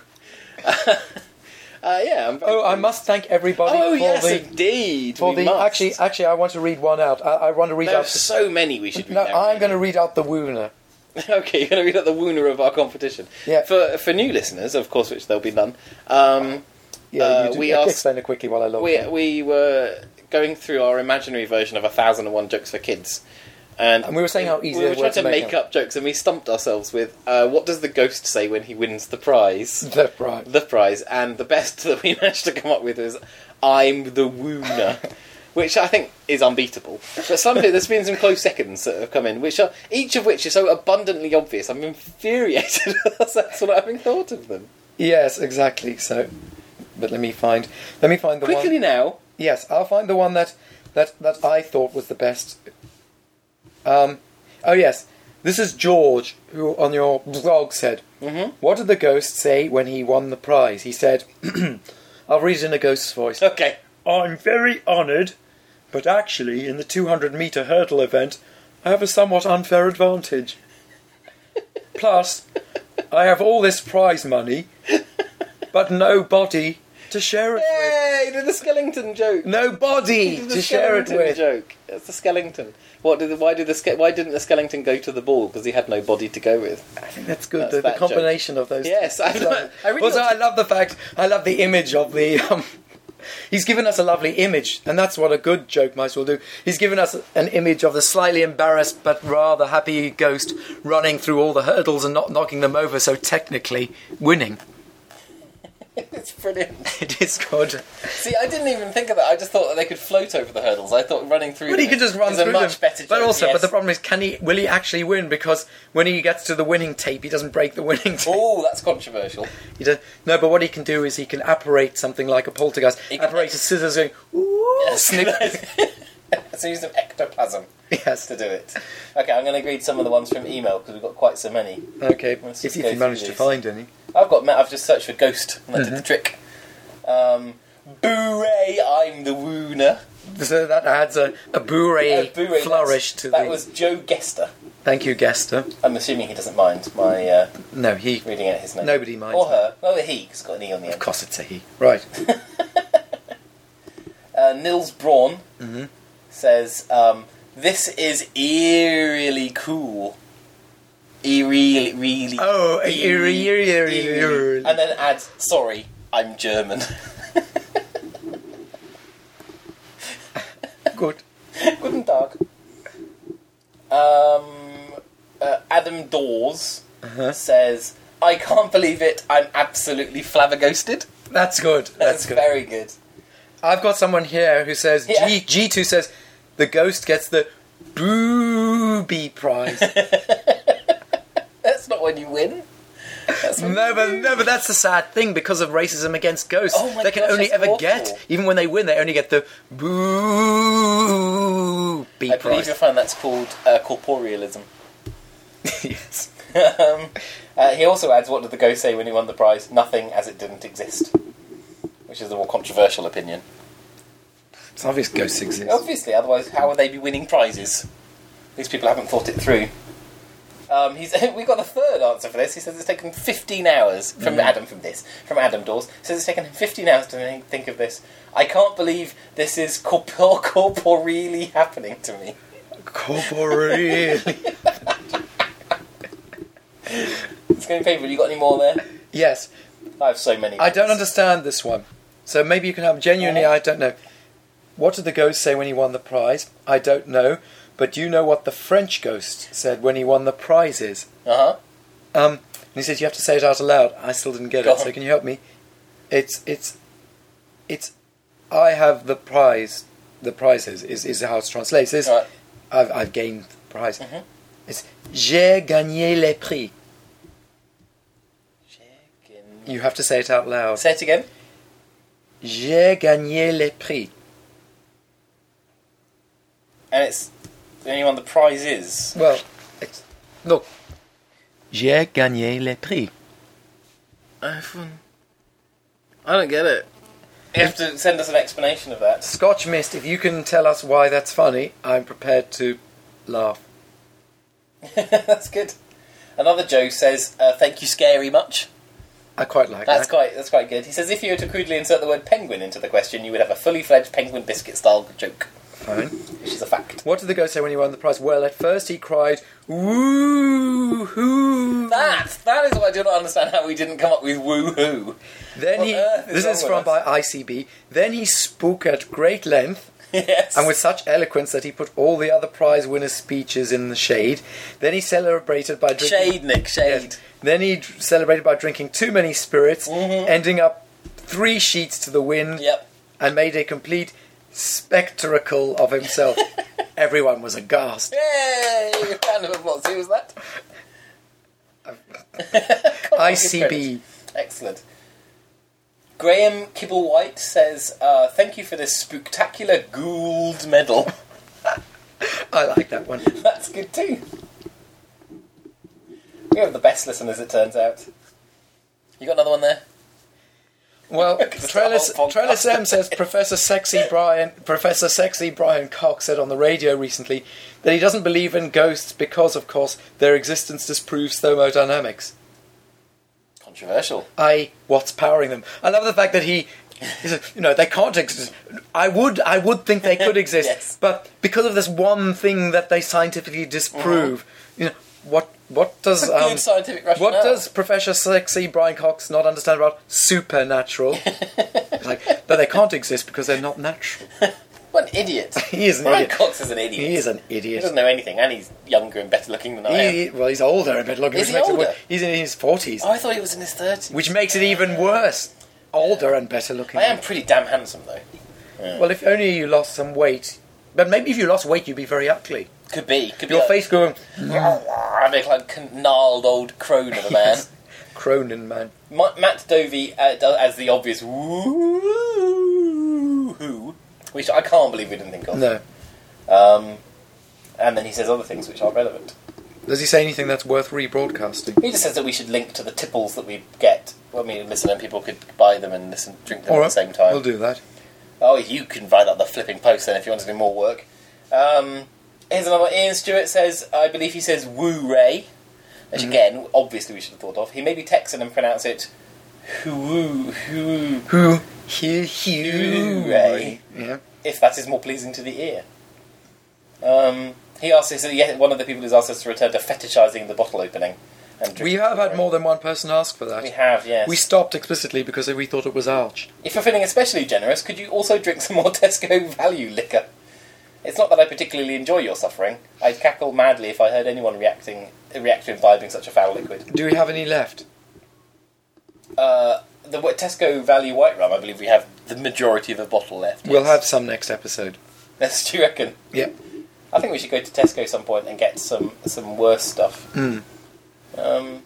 Speaker 2: Uh, yeah. I'm very
Speaker 1: Oh, I
Speaker 2: pleased.
Speaker 1: must thank everybody
Speaker 2: Oh
Speaker 1: for
Speaker 2: yes,
Speaker 1: the
Speaker 2: indeed.
Speaker 1: for
Speaker 2: we
Speaker 1: the
Speaker 2: must.
Speaker 1: actually actually I want to read one out. I, I want to read
Speaker 2: there are
Speaker 1: out.
Speaker 2: so many we should.
Speaker 1: no,
Speaker 2: read
Speaker 1: I'm going to read out the wooner.
Speaker 2: okay, you're going to read out the wooner of our competition.
Speaker 1: Yeah.
Speaker 2: For for new listeners, of course, which there'll be none. Um,
Speaker 1: Yeah,
Speaker 2: Uh,
Speaker 1: you do,
Speaker 2: we
Speaker 1: yeah,
Speaker 2: asked-
Speaker 1: explain it quickly while I log.
Speaker 2: we
Speaker 1: in.
Speaker 2: we were going through our imaginary version of a thousand and one jokes for kids, and,
Speaker 1: And we were saying how easy
Speaker 2: we were
Speaker 1: they were
Speaker 2: trying to
Speaker 1: to make
Speaker 2: make up jokes, and we stumped ourselves with uh, what does the ghost say when he wins the prize?
Speaker 1: That's right.
Speaker 2: The prize, and the best that we managed to come up with was "I'm the wooner." Which I think is unbeatable, but some there's been some close seconds that have come in, which are each of which is so abundantly obvious. I'm infuriated with ourselves for not having thought of them
Speaker 1: Yes, exactly. So, but let me find. Let me find the
Speaker 2: quickly
Speaker 1: one.
Speaker 2: now.
Speaker 1: Yes, I'll find the one that that that I thought was the best. Um, oh yes, this is George who on your blog said,
Speaker 2: Mm-hmm.
Speaker 1: "What did the ghost say when he won the prize?" He said, "I'll read it in a ghost's voice."
Speaker 2: Okay,
Speaker 1: I'm very honoured, but actually, in the 200 metre hurdle event, I have a somewhat unfair advantage. Plus, I have all this prize money, but no body to share it
Speaker 2: yay!
Speaker 1: with.
Speaker 2: Did the Skellington joke.
Speaker 1: No body
Speaker 2: It's
Speaker 1: to
Speaker 2: a
Speaker 1: share it
Speaker 2: Skellington
Speaker 1: with.
Speaker 2: Joke. It's the Skellington. What did? The, why did the Ske- Why didn't the Skellington go to the ball? Because he had no body to go with.
Speaker 1: I think that's good.
Speaker 2: That's
Speaker 1: the, the
Speaker 2: that joke.
Speaker 1: combination of those.
Speaker 2: Yes, I-
Speaker 1: love-
Speaker 2: I really
Speaker 1: also,
Speaker 2: want
Speaker 1: I love the fact. I love the image of the. Um, he's given us a lovely image, and that's what a good joke might as well do. He's given us an image of the slightly embarrassed but rather happy ghost running through all the hurdles and not knocking them over. So technically, winning.
Speaker 2: it's brilliant.
Speaker 1: It is good.
Speaker 2: See, I didn't even think of that. I just thought that they could float over the hurdles. I thought running through.
Speaker 1: But he
Speaker 2: them
Speaker 1: could just run
Speaker 2: is
Speaker 1: through
Speaker 2: a much
Speaker 1: them.
Speaker 2: better.
Speaker 1: but
Speaker 2: joke,
Speaker 1: also,
Speaker 2: yes.
Speaker 1: but the problem is, can he? Will he actually win? Because when he gets to the winning tape, he doesn't break the winning tape.
Speaker 2: Oh, that's controversial.
Speaker 1: He does, no, but what he can do is he can apparate something like a poltergeist.
Speaker 2: He can-
Speaker 1: apparate his scissors going, ooh, snip.
Speaker 2: so use some ectoplasm
Speaker 1: Yes.
Speaker 2: to do it. Okay, I'm going to read some of the ones from email because we've got quite so many.
Speaker 1: Okay,
Speaker 2: Let's
Speaker 1: if
Speaker 2: just
Speaker 1: you
Speaker 2: go
Speaker 1: can manage
Speaker 2: through
Speaker 1: to
Speaker 2: these.
Speaker 1: find any.
Speaker 2: I've got. I've just searched for ghost. And that
Speaker 1: Mm-hmm.
Speaker 2: did the trick. Um, Boo-ray, I'm the wooner.
Speaker 1: So that adds a,
Speaker 2: Yeah,
Speaker 1: a bourrée
Speaker 2: Boo-ray,
Speaker 1: flourish
Speaker 2: that's-
Speaker 1: to
Speaker 2: that
Speaker 1: the.
Speaker 2: was Joe Gester.
Speaker 1: Thank you, Gester.
Speaker 2: I'm assuming he doesn't mind my uh,
Speaker 1: No, he.
Speaker 2: reading out his name.
Speaker 1: Nobody minds
Speaker 2: Or her. Well, he, 'cause it's got an E on the
Speaker 1: Of
Speaker 2: end.
Speaker 1: course, it's a he. Right.
Speaker 2: Uh, Nils Braun
Speaker 1: Mm-hmm.
Speaker 2: says, um, "This is eerily cool." Eerily, really.
Speaker 1: Oh, eerie, eerie, eerie, eerie.
Speaker 2: And then adds, "Sorry, I'm German."
Speaker 1: Good.
Speaker 2: Guten Tag. Um, uh, Adam Dawes
Speaker 1: Uh-huh.
Speaker 2: says, "I can't believe it. I'm absolutely flabbergasted."
Speaker 1: That's good. That's good.
Speaker 2: very good.
Speaker 1: I've got someone here who says
Speaker 2: Yeah.
Speaker 1: G G two says the ghost gets the booby prize.
Speaker 2: That's not when you win. That's when
Speaker 1: no,
Speaker 2: you
Speaker 1: but
Speaker 2: lose.
Speaker 1: no, but that's the sad thing because of racism against ghosts.
Speaker 2: Oh my
Speaker 1: they can
Speaker 2: gosh,
Speaker 1: only
Speaker 2: that's
Speaker 1: ever
Speaker 2: awful.
Speaker 1: get, even when they win, they only get the booby
Speaker 2: I believe
Speaker 1: prize.
Speaker 2: you'll find that's called uh, corporealism.
Speaker 1: yes.
Speaker 2: um, uh, he also adds, "What did the ghost say when he won the prize? Nothing, as it didn't exist." Which is the more controversial opinion.
Speaker 1: It's obvious ghosts exist.
Speaker 2: Obviously, otherwise, how would they be winning prizes? These people haven't thought it through. Um, he's, we got a third answer for this. He says it's taken 15 hours
Speaker 1: Mm.
Speaker 2: from Adam from this from Adam Dawes. Says it's taken him 15 hours to think- think of this. I can't believe this is corpor- corporeally happening to me.
Speaker 1: Corporeal.
Speaker 2: It's going to be painful. You got any more there?
Speaker 1: yes.
Speaker 2: I have so many.
Speaker 1: I don't
Speaker 2: others.
Speaker 1: understand this one. So maybe you can help. Genuinely, I don't know. What did the ghost say when he won the prize? I don't know. But you know what the French ghost said when he won the prizes?
Speaker 2: Uh
Speaker 1: Um, and he says you have to say it out aloud. I still didn't get
Speaker 2: Go
Speaker 1: it. So
Speaker 2: on.
Speaker 1: can you help me? It's it's it's. I have the prize. The prizes is is how it's translates. It's,
Speaker 2: huh. Right. Mm-hmm.
Speaker 1: I've I've gained the prize. It's j'ai gagné les prix.
Speaker 2: Chicken.
Speaker 1: You have to say it out loud.
Speaker 2: Say it again.
Speaker 1: J'ai gagné les prix.
Speaker 2: And it's anyone the prize is.
Speaker 1: Well, it's, look. J'ai gagné les prix.
Speaker 2: I don't get it. You have to send us an explanation of that.
Speaker 1: Scotch Mist, if you can tell us why that's funny, I'm prepared to laugh.
Speaker 2: that's good. Another Joe says, uh, "Thank you, scary much."
Speaker 1: I quite like
Speaker 2: That's
Speaker 1: that.
Speaker 2: quite that's quite good. He says, "If you were to crudely insert the word penguin into the question, you would have a fully fledged penguin biscuit style joke,
Speaker 1: Fine.
Speaker 2: which is a fact."
Speaker 1: What did the ghost say when he won the prize? Well, at first he cried, woo-hoo.
Speaker 2: That that is what I do not understand how we didn't come up with woo hoo.
Speaker 1: Then
Speaker 2: What
Speaker 1: he,
Speaker 2: on earth is
Speaker 1: this
Speaker 2: wrong
Speaker 1: is
Speaker 2: with
Speaker 1: from
Speaker 2: us?
Speaker 1: by ICB, then he spoke at great length
Speaker 2: yes,
Speaker 1: and with such eloquence that he put all the other prize winners' speeches in the shade. Then he celebrated by drinking...
Speaker 2: shade, Nick, shade.
Speaker 1: Then he d- celebrated by drinking too many spirits, ending up three sheets to the wind,
Speaker 2: Mm-hmm. Yep.
Speaker 1: and made a complete spectacle of himself. Everyone was aghast.
Speaker 2: Yay! Round of applause. Who was that?
Speaker 1: ICB.
Speaker 2: Excellent. Graham Kibblewhite says, uh, "Thank you for this spectacular Gould medal."
Speaker 1: I like that one.
Speaker 2: That's good too. We have the best listeners, it turns out. You got another one there?
Speaker 1: Well,
Speaker 2: the
Speaker 1: Trellis,
Speaker 2: whole podcast.
Speaker 1: Trellis M says Professor Sexy Brian Professor Sexy Brian Cox said on the radio recently that he doesn't believe in ghosts because, of course, their existence disproves thermodynamics.
Speaker 2: Controversial.
Speaker 1: i.e., what's powering them. I love the fact that he, he said, you know, they can't exist. I would, I would think they could exist,
Speaker 2: Yes.
Speaker 1: but because of this one thing that they scientifically disprove, you know, what what does
Speaker 2: a good
Speaker 1: um,
Speaker 2: scientific
Speaker 1: what
Speaker 2: rationale.
Speaker 1: does Professor Sexy Brian Cox not understand about supernatural? It's like, but they can't exist because they're not natural.
Speaker 2: What an idiot.
Speaker 1: He is an
Speaker 2: Brian
Speaker 1: idiot.
Speaker 2: Cox is an idiot.
Speaker 1: He is an
Speaker 2: He
Speaker 1: idiot.
Speaker 2: doesn't know anything, and he's younger and better looking than I am.
Speaker 1: He, well, he's older and better looking.
Speaker 2: Is
Speaker 1: which
Speaker 2: he
Speaker 1: makes it
Speaker 2: older?
Speaker 1: wor- he's in his forties,
Speaker 2: Oh, I thought he was in his 30s.
Speaker 1: which makes it even worse. Older and better looking.
Speaker 2: I am pretty damn handsome, though.
Speaker 1: Well, if only you lost some weight. But maybe if you lost weight, you'd be very ugly.
Speaker 2: Could be. Could be
Speaker 1: Your
Speaker 2: like,
Speaker 1: face going,
Speaker 2: I'd be like a gnarled old crone of a man.
Speaker 1: Yes. Cronin, man.
Speaker 2: Ma- Matt Dovey uh, does, as the obvious woo-hoo, which I can't believe we didn't think of.
Speaker 1: No.
Speaker 2: Um, and then he says other things which aren't relevant.
Speaker 1: Does he say anything that's worth rebroadcasting?
Speaker 2: He just says that we should link to the tipples that we get when we listen, and people could buy them and listen, drink them
Speaker 1: All
Speaker 2: at
Speaker 1: right,
Speaker 2: the same time.
Speaker 1: We'll do that.
Speaker 2: Oh, you can write up the flipping post then if you want to do more work. Um, here's another. one. Ian Stewart says, I believe he says Woo Ray, which
Speaker 1: Mm-hmm.
Speaker 2: again, obviously, we should have thought of. He may be Texan and pronounce it Hoo Hoo.
Speaker 1: Who? Hugh. Hugh.
Speaker 2: Ray.
Speaker 1: Yeah.
Speaker 2: if that is more pleasing to the ear. Um, he asks, is yet one of the people who's asked us to return to fetishizing the bottle opening. And
Speaker 1: We have had more than one person ask for that.
Speaker 2: We have, yes.
Speaker 1: We stopped explicitly because we thought it was ouch.
Speaker 2: If you're feeling especially generous, could you also drink some more Tesco value liquor? It's not that I particularly enjoy your suffering. I'd cackle madly if I heard anyone reacting, react to imbibing such a foul liquid.
Speaker 1: Do we have any left?
Speaker 2: Uh, the wa- Tesco value white rum, I believe we have the majority of a bottle left.
Speaker 1: We'll
Speaker 2: yes.
Speaker 1: have some next episode.
Speaker 2: That's do you reckon?
Speaker 1: Yep.
Speaker 2: I think we should go to Tesco some point and get some some worse stuff.
Speaker 1: Hmm.
Speaker 2: Um,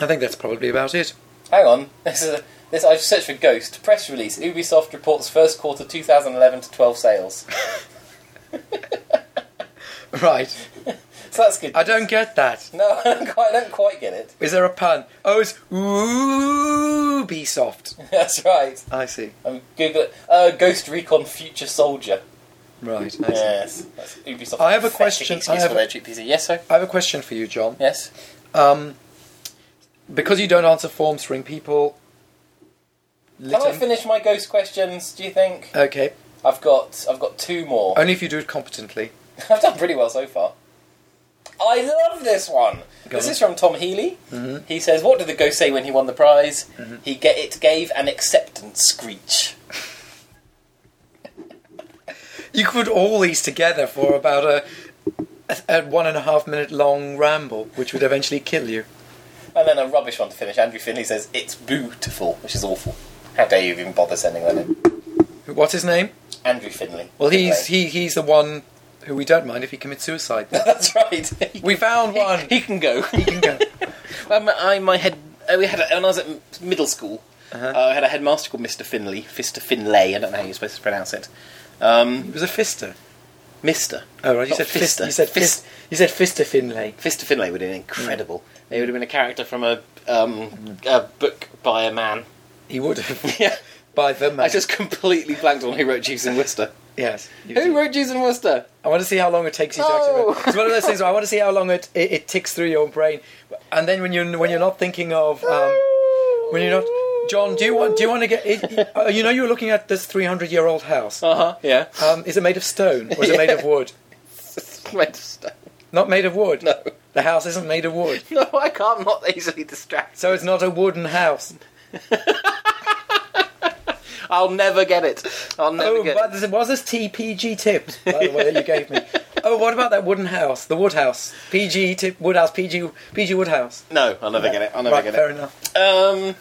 Speaker 1: I think that's probably about it.
Speaker 2: hang on, this is a, this. I've searched for Ghost press release. Ubisoft reports first quarter 2011 to 12 sales.
Speaker 1: Right.
Speaker 2: So that's good.
Speaker 1: I don't get that.
Speaker 2: No, I don't quite, I don't quite get it.
Speaker 1: Is there a pun? Oh, it's ooh, be soft.
Speaker 2: That's right.
Speaker 1: I see.
Speaker 2: I'm Google uh, Ghost Recon Future Soldier.
Speaker 1: Right. I, see.
Speaker 2: Yes, that's Ubisoft.
Speaker 1: I have a
Speaker 2: pathetic
Speaker 1: question-
Speaker 2: Excuse
Speaker 1: I have
Speaker 2: for
Speaker 1: a-
Speaker 2: their cheap PC. Yes, sir.
Speaker 1: I have a question for you, John.
Speaker 2: Yes.
Speaker 1: Um, because you don't answer form string, people.
Speaker 2: Can I
Speaker 1: Litton-
Speaker 2: finish my ghost questions? Do you think
Speaker 1: okay.
Speaker 2: I've got I've got two more?
Speaker 1: Only if you do it competently.
Speaker 2: I've done pretty well so far. I love this one.
Speaker 1: Go
Speaker 2: this
Speaker 1: on. Mm-hmm.
Speaker 2: is from Tom Healy. He says, "What did the ghost say when he won the prize? He get it gave an acceptance screech."
Speaker 1: You could put all these together for about a, a, a one and a half minute long ramble, which would eventually kill you.
Speaker 2: And then a rubbish one to finish. Andrew Finley says, "It's beautiful," which is awful. How dare you even bother sending that in?
Speaker 1: What's his name?
Speaker 2: Andrew Finley.
Speaker 1: Well,
Speaker 2: Good
Speaker 1: he's
Speaker 2: name.
Speaker 1: he, he's the one who we don't mind if he commits suicide.
Speaker 2: That's right.
Speaker 1: we found one.
Speaker 2: He can go.
Speaker 1: He can go.
Speaker 2: um, I my head. Uh, we had a, when I was at m- middle school.
Speaker 1: Uh-huh.
Speaker 2: uh, I had a headmaster called Mr. Finley, Mr. Finlay. I don't know how you're supposed to pronounce it. Um,
Speaker 1: It was a fister.
Speaker 2: Mister.
Speaker 1: Oh right, you
Speaker 2: Not
Speaker 1: said
Speaker 2: Fister.
Speaker 1: fister. You said fist. You said fister Finlay.
Speaker 2: Fister Finlay would have been incredible. They would have been a character from a, um, a book by a man.
Speaker 1: He would have
Speaker 2: Yeah,
Speaker 1: by the man.
Speaker 2: I just completely blanked on who wrote Jeeves in Worcester.
Speaker 1: yes. you
Speaker 2: Who
Speaker 1: do.
Speaker 2: wrote Oh. Jeeves in Worcester?
Speaker 1: I want to see how long it takes you to
Speaker 2: No!
Speaker 1: actually. It's one of those things. Where I want to see how long it, it, it ticks through your brain, and then when you when you're not thinking of um, when you're not John, do you want do you want to get? It, uh, you know, you're looking at this 300 year old house.
Speaker 2: Uh huh. Yeah.
Speaker 1: Um, is it made of stone or is it made of wood?
Speaker 2: Made of stone.
Speaker 1: Not made of wood.
Speaker 2: No.
Speaker 1: The house isn't made of wood,
Speaker 2: No, I can't. I'm not easily distracted.
Speaker 1: so it's not a wooden house.
Speaker 2: I'll never get it. I'll never
Speaker 1: Oh,
Speaker 2: get
Speaker 1: but
Speaker 2: it.
Speaker 1: there was this TPG tip by the way that you gave me. Oh, what about that wooden house? The wood house. PG tip wood house. PG PG wood house.
Speaker 2: No, I'll never get it. I'll never
Speaker 1: right,
Speaker 2: get
Speaker 1: fair
Speaker 2: it.
Speaker 1: enough.
Speaker 2: Um,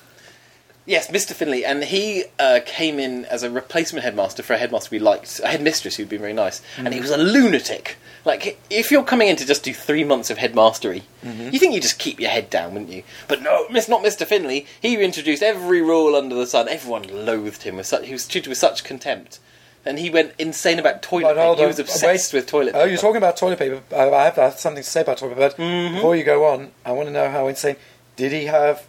Speaker 2: yes, Mr. Finley, and he uh, came in as a replacement headmaster for a headmaster we liked, a headmistress who'd been very nice, and
Speaker 1: Mm.
Speaker 2: he was a lunatic. Like, if you're coming in to just do three months of headmastery,
Speaker 1: Mm-hmm.
Speaker 2: you think you just keep your head down, wouldn't you? But no, miss, not Mr. Finley. He introduced every rule under the sun. Everyone loathed him. With such, he was treated with such contempt. And he went insane about toilet
Speaker 1: But
Speaker 2: paper.
Speaker 1: hold
Speaker 2: He
Speaker 1: on.
Speaker 2: was obsessed
Speaker 1: Wait.
Speaker 2: with toilet paper. Mm-hmm.
Speaker 1: Oh, you're talking about toilet paper. Uh, I I have, I have something to say about toilet paper. But before you go on, I want to know how insane. Did he have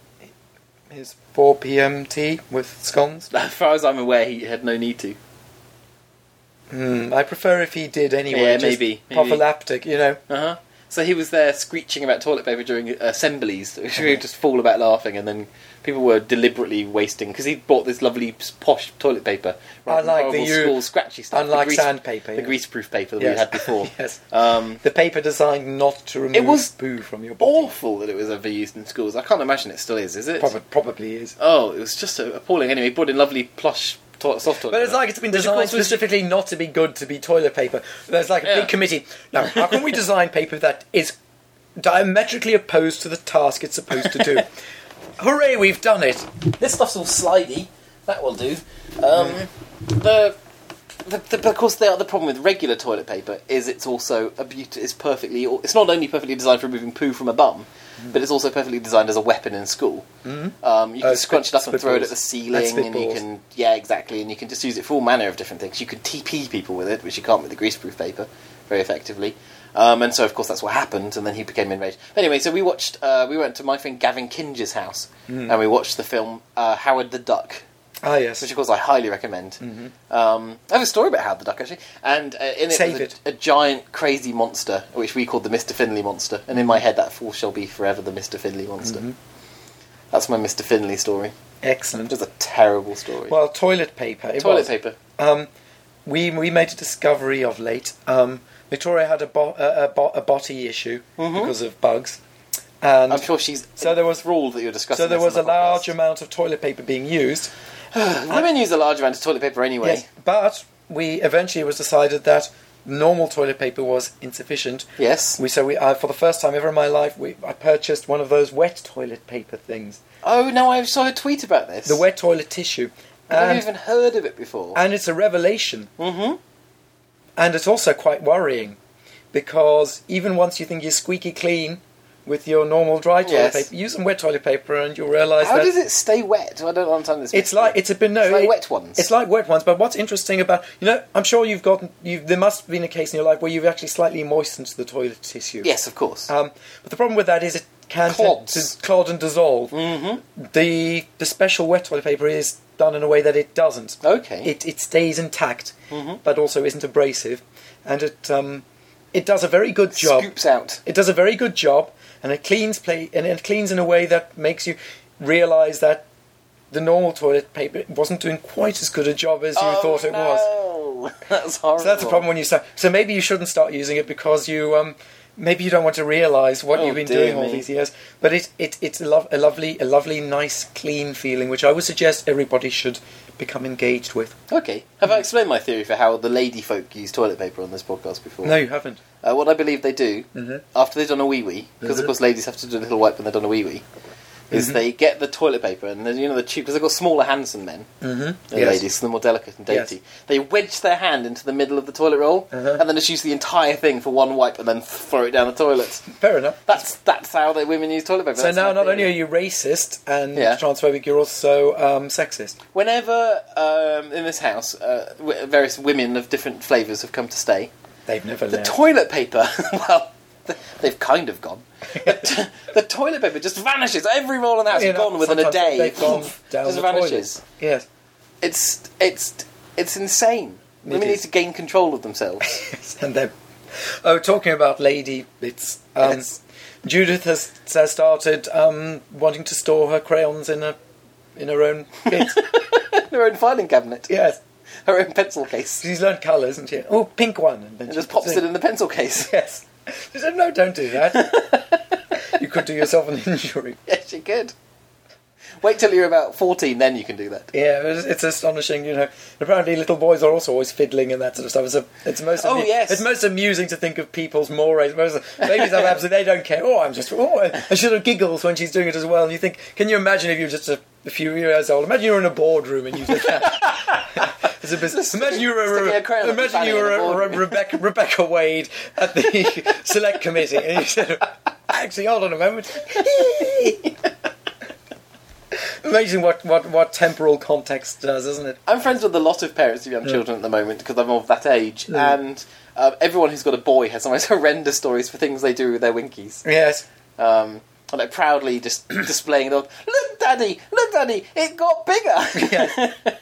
Speaker 1: his 4 p.m. tea with scones?
Speaker 2: As far as I'm aware, he had no need to.
Speaker 1: Hmm. I prefer if he did anyway.
Speaker 2: Yeah,
Speaker 1: just
Speaker 2: maybe, maybe.
Speaker 1: Prophylactic, you know.
Speaker 2: Uh huh. So he was there screeching about toilet paper during assemblies. We
Speaker 1: Uh-huh.
Speaker 2: would just fall about laughing, and then people were deliberately wasting because he bought this lovely posh toilet paper. rather than
Speaker 1: Unlike the
Speaker 2: horrible
Speaker 1: you-
Speaker 2: school scratchy stuff,
Speaker 1: unlike
Speaker 2: the
Speaker 1: sandpaper,
Speaker 2: the
Speaker 1: yeah.
Speaker 2: greaseproof paper that we
Speaker 1: Yes.
Speaker 2: had before.
Speaker 1: Yes.
Speaker 2: Um,
Speaker 1: The paper designed not to remove
Speaker 2: was
Speaker 1: poo from your body.
Speaker 2: awful that it was ever used in schools. I can't imagine it still is. Is it?
Speaker 1: Probably, probably is.
Speaker 2: Oh, it was just uh, appalling. Anyway, he brought in lovely plush to- soft toilet.
Speaker 1: But it's
Speaker 2: paper.
Speaker 1: like it's been
Speaker 2: Which, of
Speaker 1: designed
Speaker 2: course, was-
Speaker 1: specifically not to be good to be toilet paper. There's like a
Speaker 2: Yeah.
Speaker 1: big committee. Now, how can we design paper that is diametrically opposed to the task it's supposed to do? Hooray, we've done it!
Speaker 2: This stuff's all slidey. That will do. Um, the, the, the, but of course, the other problem with regular toilet paper is it's also a beauty. It's perfectly. It's not only perfectly designed for removing poo from a bum,
Speaker 1: Mm.
Speaker 2: but it's also perfectly designed as a weapon in school. Um, you can
Speaker 1: Uh,
Speaker 2: scrunch it up and
Speaker 1: spit-
Speaker 2: throw it at
Speaker 1: spitballs.
Speaker 2: the
Speaker 1: That's
Speaker 2: ceiling, and you
Speaker 1: spitballs.
Speaker 2: can yeah, exactly, and you can just use it for all manner of different things. You can TP people with it, which you can't with the greaseproof paper, very effectively. Um, and so, of course, that's what happened, and then he became enraged. But anyway, so we watched. Uh, we went to my friend Gavin Kinge's house,
Speaker 1: Mm.
Speaker 2: and we watched the film uh, Howard the Duck,
Speaker 1: Ah, yes.
Speaker 2: which of course I highly recommend. Um, I have a story about Howard the Duck actually, and uh, in it
Speaker 1: Mm-hmm. Save
Speaker 2: was a,
Speaker 1: it.
Speaker 2: a giant crazy monster, which we called the Mister Finley monster. And in my head, that force shall be forever the Mister Finley monster.
Speaker 1: Mm-hmm.
Speaker 2: That's my Mister Finley story. It
Speaker 1: Excellent.
Speaker 2: was a terrible story.
Speaker 1: Well, toilet paper. It
Speaker 2: Toilet
Speaker 1: was.
Speaker 2: paper.
Speaker 1: Um, we we made a discovery of late. Um, Victoria had a bo- a, a, bo- a body issue because of bugs, and
Speaker 2: I'm sure she's
Speaker 1: So there was-
Speaker 2: ruled that you're discussing.
Speaker 1: so there
Speaker 2: this
Speaker 1: was a
Speaker 2: on the
Speaker 1: large
Speaker 2: podcast.
Speaker 1: amount of toilet paper being used.
Speaker 2: Women use a large amount of toilet paper anyway.
Speaker 1: Yes, but we eventually it was decided that normal toilet paper was insufficient.
Speaker 2: Yes.
Speaker 1: We so we I, for the first time ever in my life we I purchased one of those wet toilet paper things,
Speaker 2: Oh no, I saw a tweet about this.
Speaker 1: the wet toilet tissue,
Speaker 2: I've never
Speaker 1: and
Speaker 2: even heard of it before.
Speaker 1: and it's a revelation.
Speaker 2: mm-hmm.
Speaker 1: And it's also quite worrying because even once you think you're squeaky clean with your normal dry toilet
Speaker 2: Yes.
Speaker 1: paper, use some wet toilet paper and you'll realise
Speaker 2: How
Speaker 1: that
Speaker 2: does it stay wet? I don't understand this.
Speaker 1: it's like it's a bit no,
Speaker 2: It's like
Speaker 1: it-
Speaker 2: wet ones.
Speaker 1: It's like wet ones. But what's interesting about you know, I'm sure you've gotten you. There must have been a case in your life where you've actually slightly moistened the toilet tissue.
Speaker 2: yes, of course.
Speaker 1: Um, but the problem with that is it can tend
Speaker 2: Clods.
Speaker 1: to clod and dissolve. Mm-hmm. The the special wet toilet paper is done in a way that it doesn't.
Speaker 2: Okay. Mm-hmm.
Speaker 1: It it stays intact, but also isn't abrasive, and it um, it does a very good job.
Speaker 2: Scoops out.
Speaker 1: It does a very good job, and it cleans play and it cleans in a way that makes you realise that the normal toilet paper wasn't doing quite as good a job as you
Speaker 2: Oh,
Speaker 1: thought it was.
Speaker 2: was. That's horrible.
Speaker 1: So that's a problem when you start. So maybe you shouldn't start using it because you um, maybe you don't want to realise what
Speaker 2: Oh,
Speaker 1: you've been
Speaker 2: dear
Speaker 1: doing all
Speaker 2: me.
Speaker 1: these years. But it, it it's a, lo- a lovely a lovely nice clean feeling which I would suggest everybody should become engaged with.
Speaker 2: Okay. Have I explained my theory for how the lady folk use toilet paper on this podcast before?
Speaker 1: No, you haven't.
Speaker 2: Uh, what I believe they do
Speaker 1: Mhm.
Speaker 2: after they've done a wee wee, because
Speaker 1: Mhm.
Speaker 2: of course ladies have to do a little wipe when they've done a wee wee, is
Speaker 1: Mm-hmm.
Speaker 2: they get the toilet paper and then you know the tube because they've got smaller hands than men.
Speaker 1: Mm-hmm.
Speaker 2: than ladies, so they're more delicate and
Speaker 1: Yes.
Speaker 2: dainty. They wedge their hand into the middle of the toilet roll
Speaker 1: Uh-huh.
Speaker 2: and then just use the entire thing for one wipe and then throw it down the toilet.
Speaker 1: Fair enough.
Speaker 2: That's that's how the women use toilet paper.
Speaker 1: So
Speaker 2: That's
Speaker 1: now,
Speaker 2: my
Speaker 1: not only
Speaker 2: theory.
Speaker 1: are you racist and
Speaker 2: Yeah.
Speaker 1: transphobic, you're also um, sexist.
Speaker 2: whenever um, in this house uh, w- various women of different flavours have come to stay,
Speaker 1: They've never
Speaker 2: The toilet paper, well, th- they've kind of gone. The, t- the toilet paper just vanishes. Every roll in the house
Speaker 1: You
Speaker 2: is
Speaker 1: know,
Speaker 2: gone within a
Speaker 1: sometimes
Speaker 2: day.
Speaker 1: They've gone down
Speaker 2: just
Speaker 1: the
Speaker 2: vanishes.
Speaker 1: toilet. Yes.
Speaker 2: It's it's it's insane.
Speaker 1: It
Speaker 2: Women
Speaker 1: is.
Speaker 2: need to gain control of themselves.
Speaker 1: Yes, and they're. Oh, talking about lady bits. Um,
Speaker 2: Yes.
Speaker 1: Judith has, has started um, wanting to store her crayons in a in her own bit.
Speaker 2: her own filing cabinet,
Speaker 1: yes,
Speaker 2: her own pencil case,
Speaker 1: she's learned colours, isn't she? Oh, pink one, and then
Speaker 2: and
Speaker 1: she
Speaker 2: just pops it in the pencil case.
Speaker 1: Yes, she said, "No, don't do that. you could do yourself an injury."
Speaker 2: yes, you could. Wait till you're about fourteen, then you can do that.
Speaker 1: Yeah, it's, it's astonishing, you know. Apparently, little boys are also always fiddling and that sort of stuff. It's, a, it's most
Speaker 2: Oh,
Speaker 1: amu-
Speaker 2: yes.
Speaker 1: it's most amusing to think of people's mores. Most, babies have absolutely they don't care. Oh, I'm just oh, and she sort of giggles when she's doing it as well. And you think, can you imagine if you're just a, a few years old? Imagine you're in a boardroom and you did that. It's a bit- imagine you were,
Speaker 2: sticking a crayon up your
Speaker 1: imagine
Speaker 2: fanny
Speaker 1: you
Speaker 2: in
Speaker 1: were
Speaker 2: a
Speaker 1: a-
Speaker 2: boardroom.
Speaker 1: Rebecca, Rebecca Wade at the select committee, and you said, "Actually, hold on a moment." Amazing what, what, what temporal context does, isn't it?
Speaker 2: I'm friends with a lot of parents of young children at the moment because I'm of that age,
Speaker 1: Yeah.
Speaker 2: and um, everyone who's got a boy has the most horrendous stories for things they do with their winkies.
Speaker 1: Yes.
Speaker 2: Um, and like proudly just displaying it. all. Look, daddy! Look, daddy! It got bigger.
Speaker 1: Yes.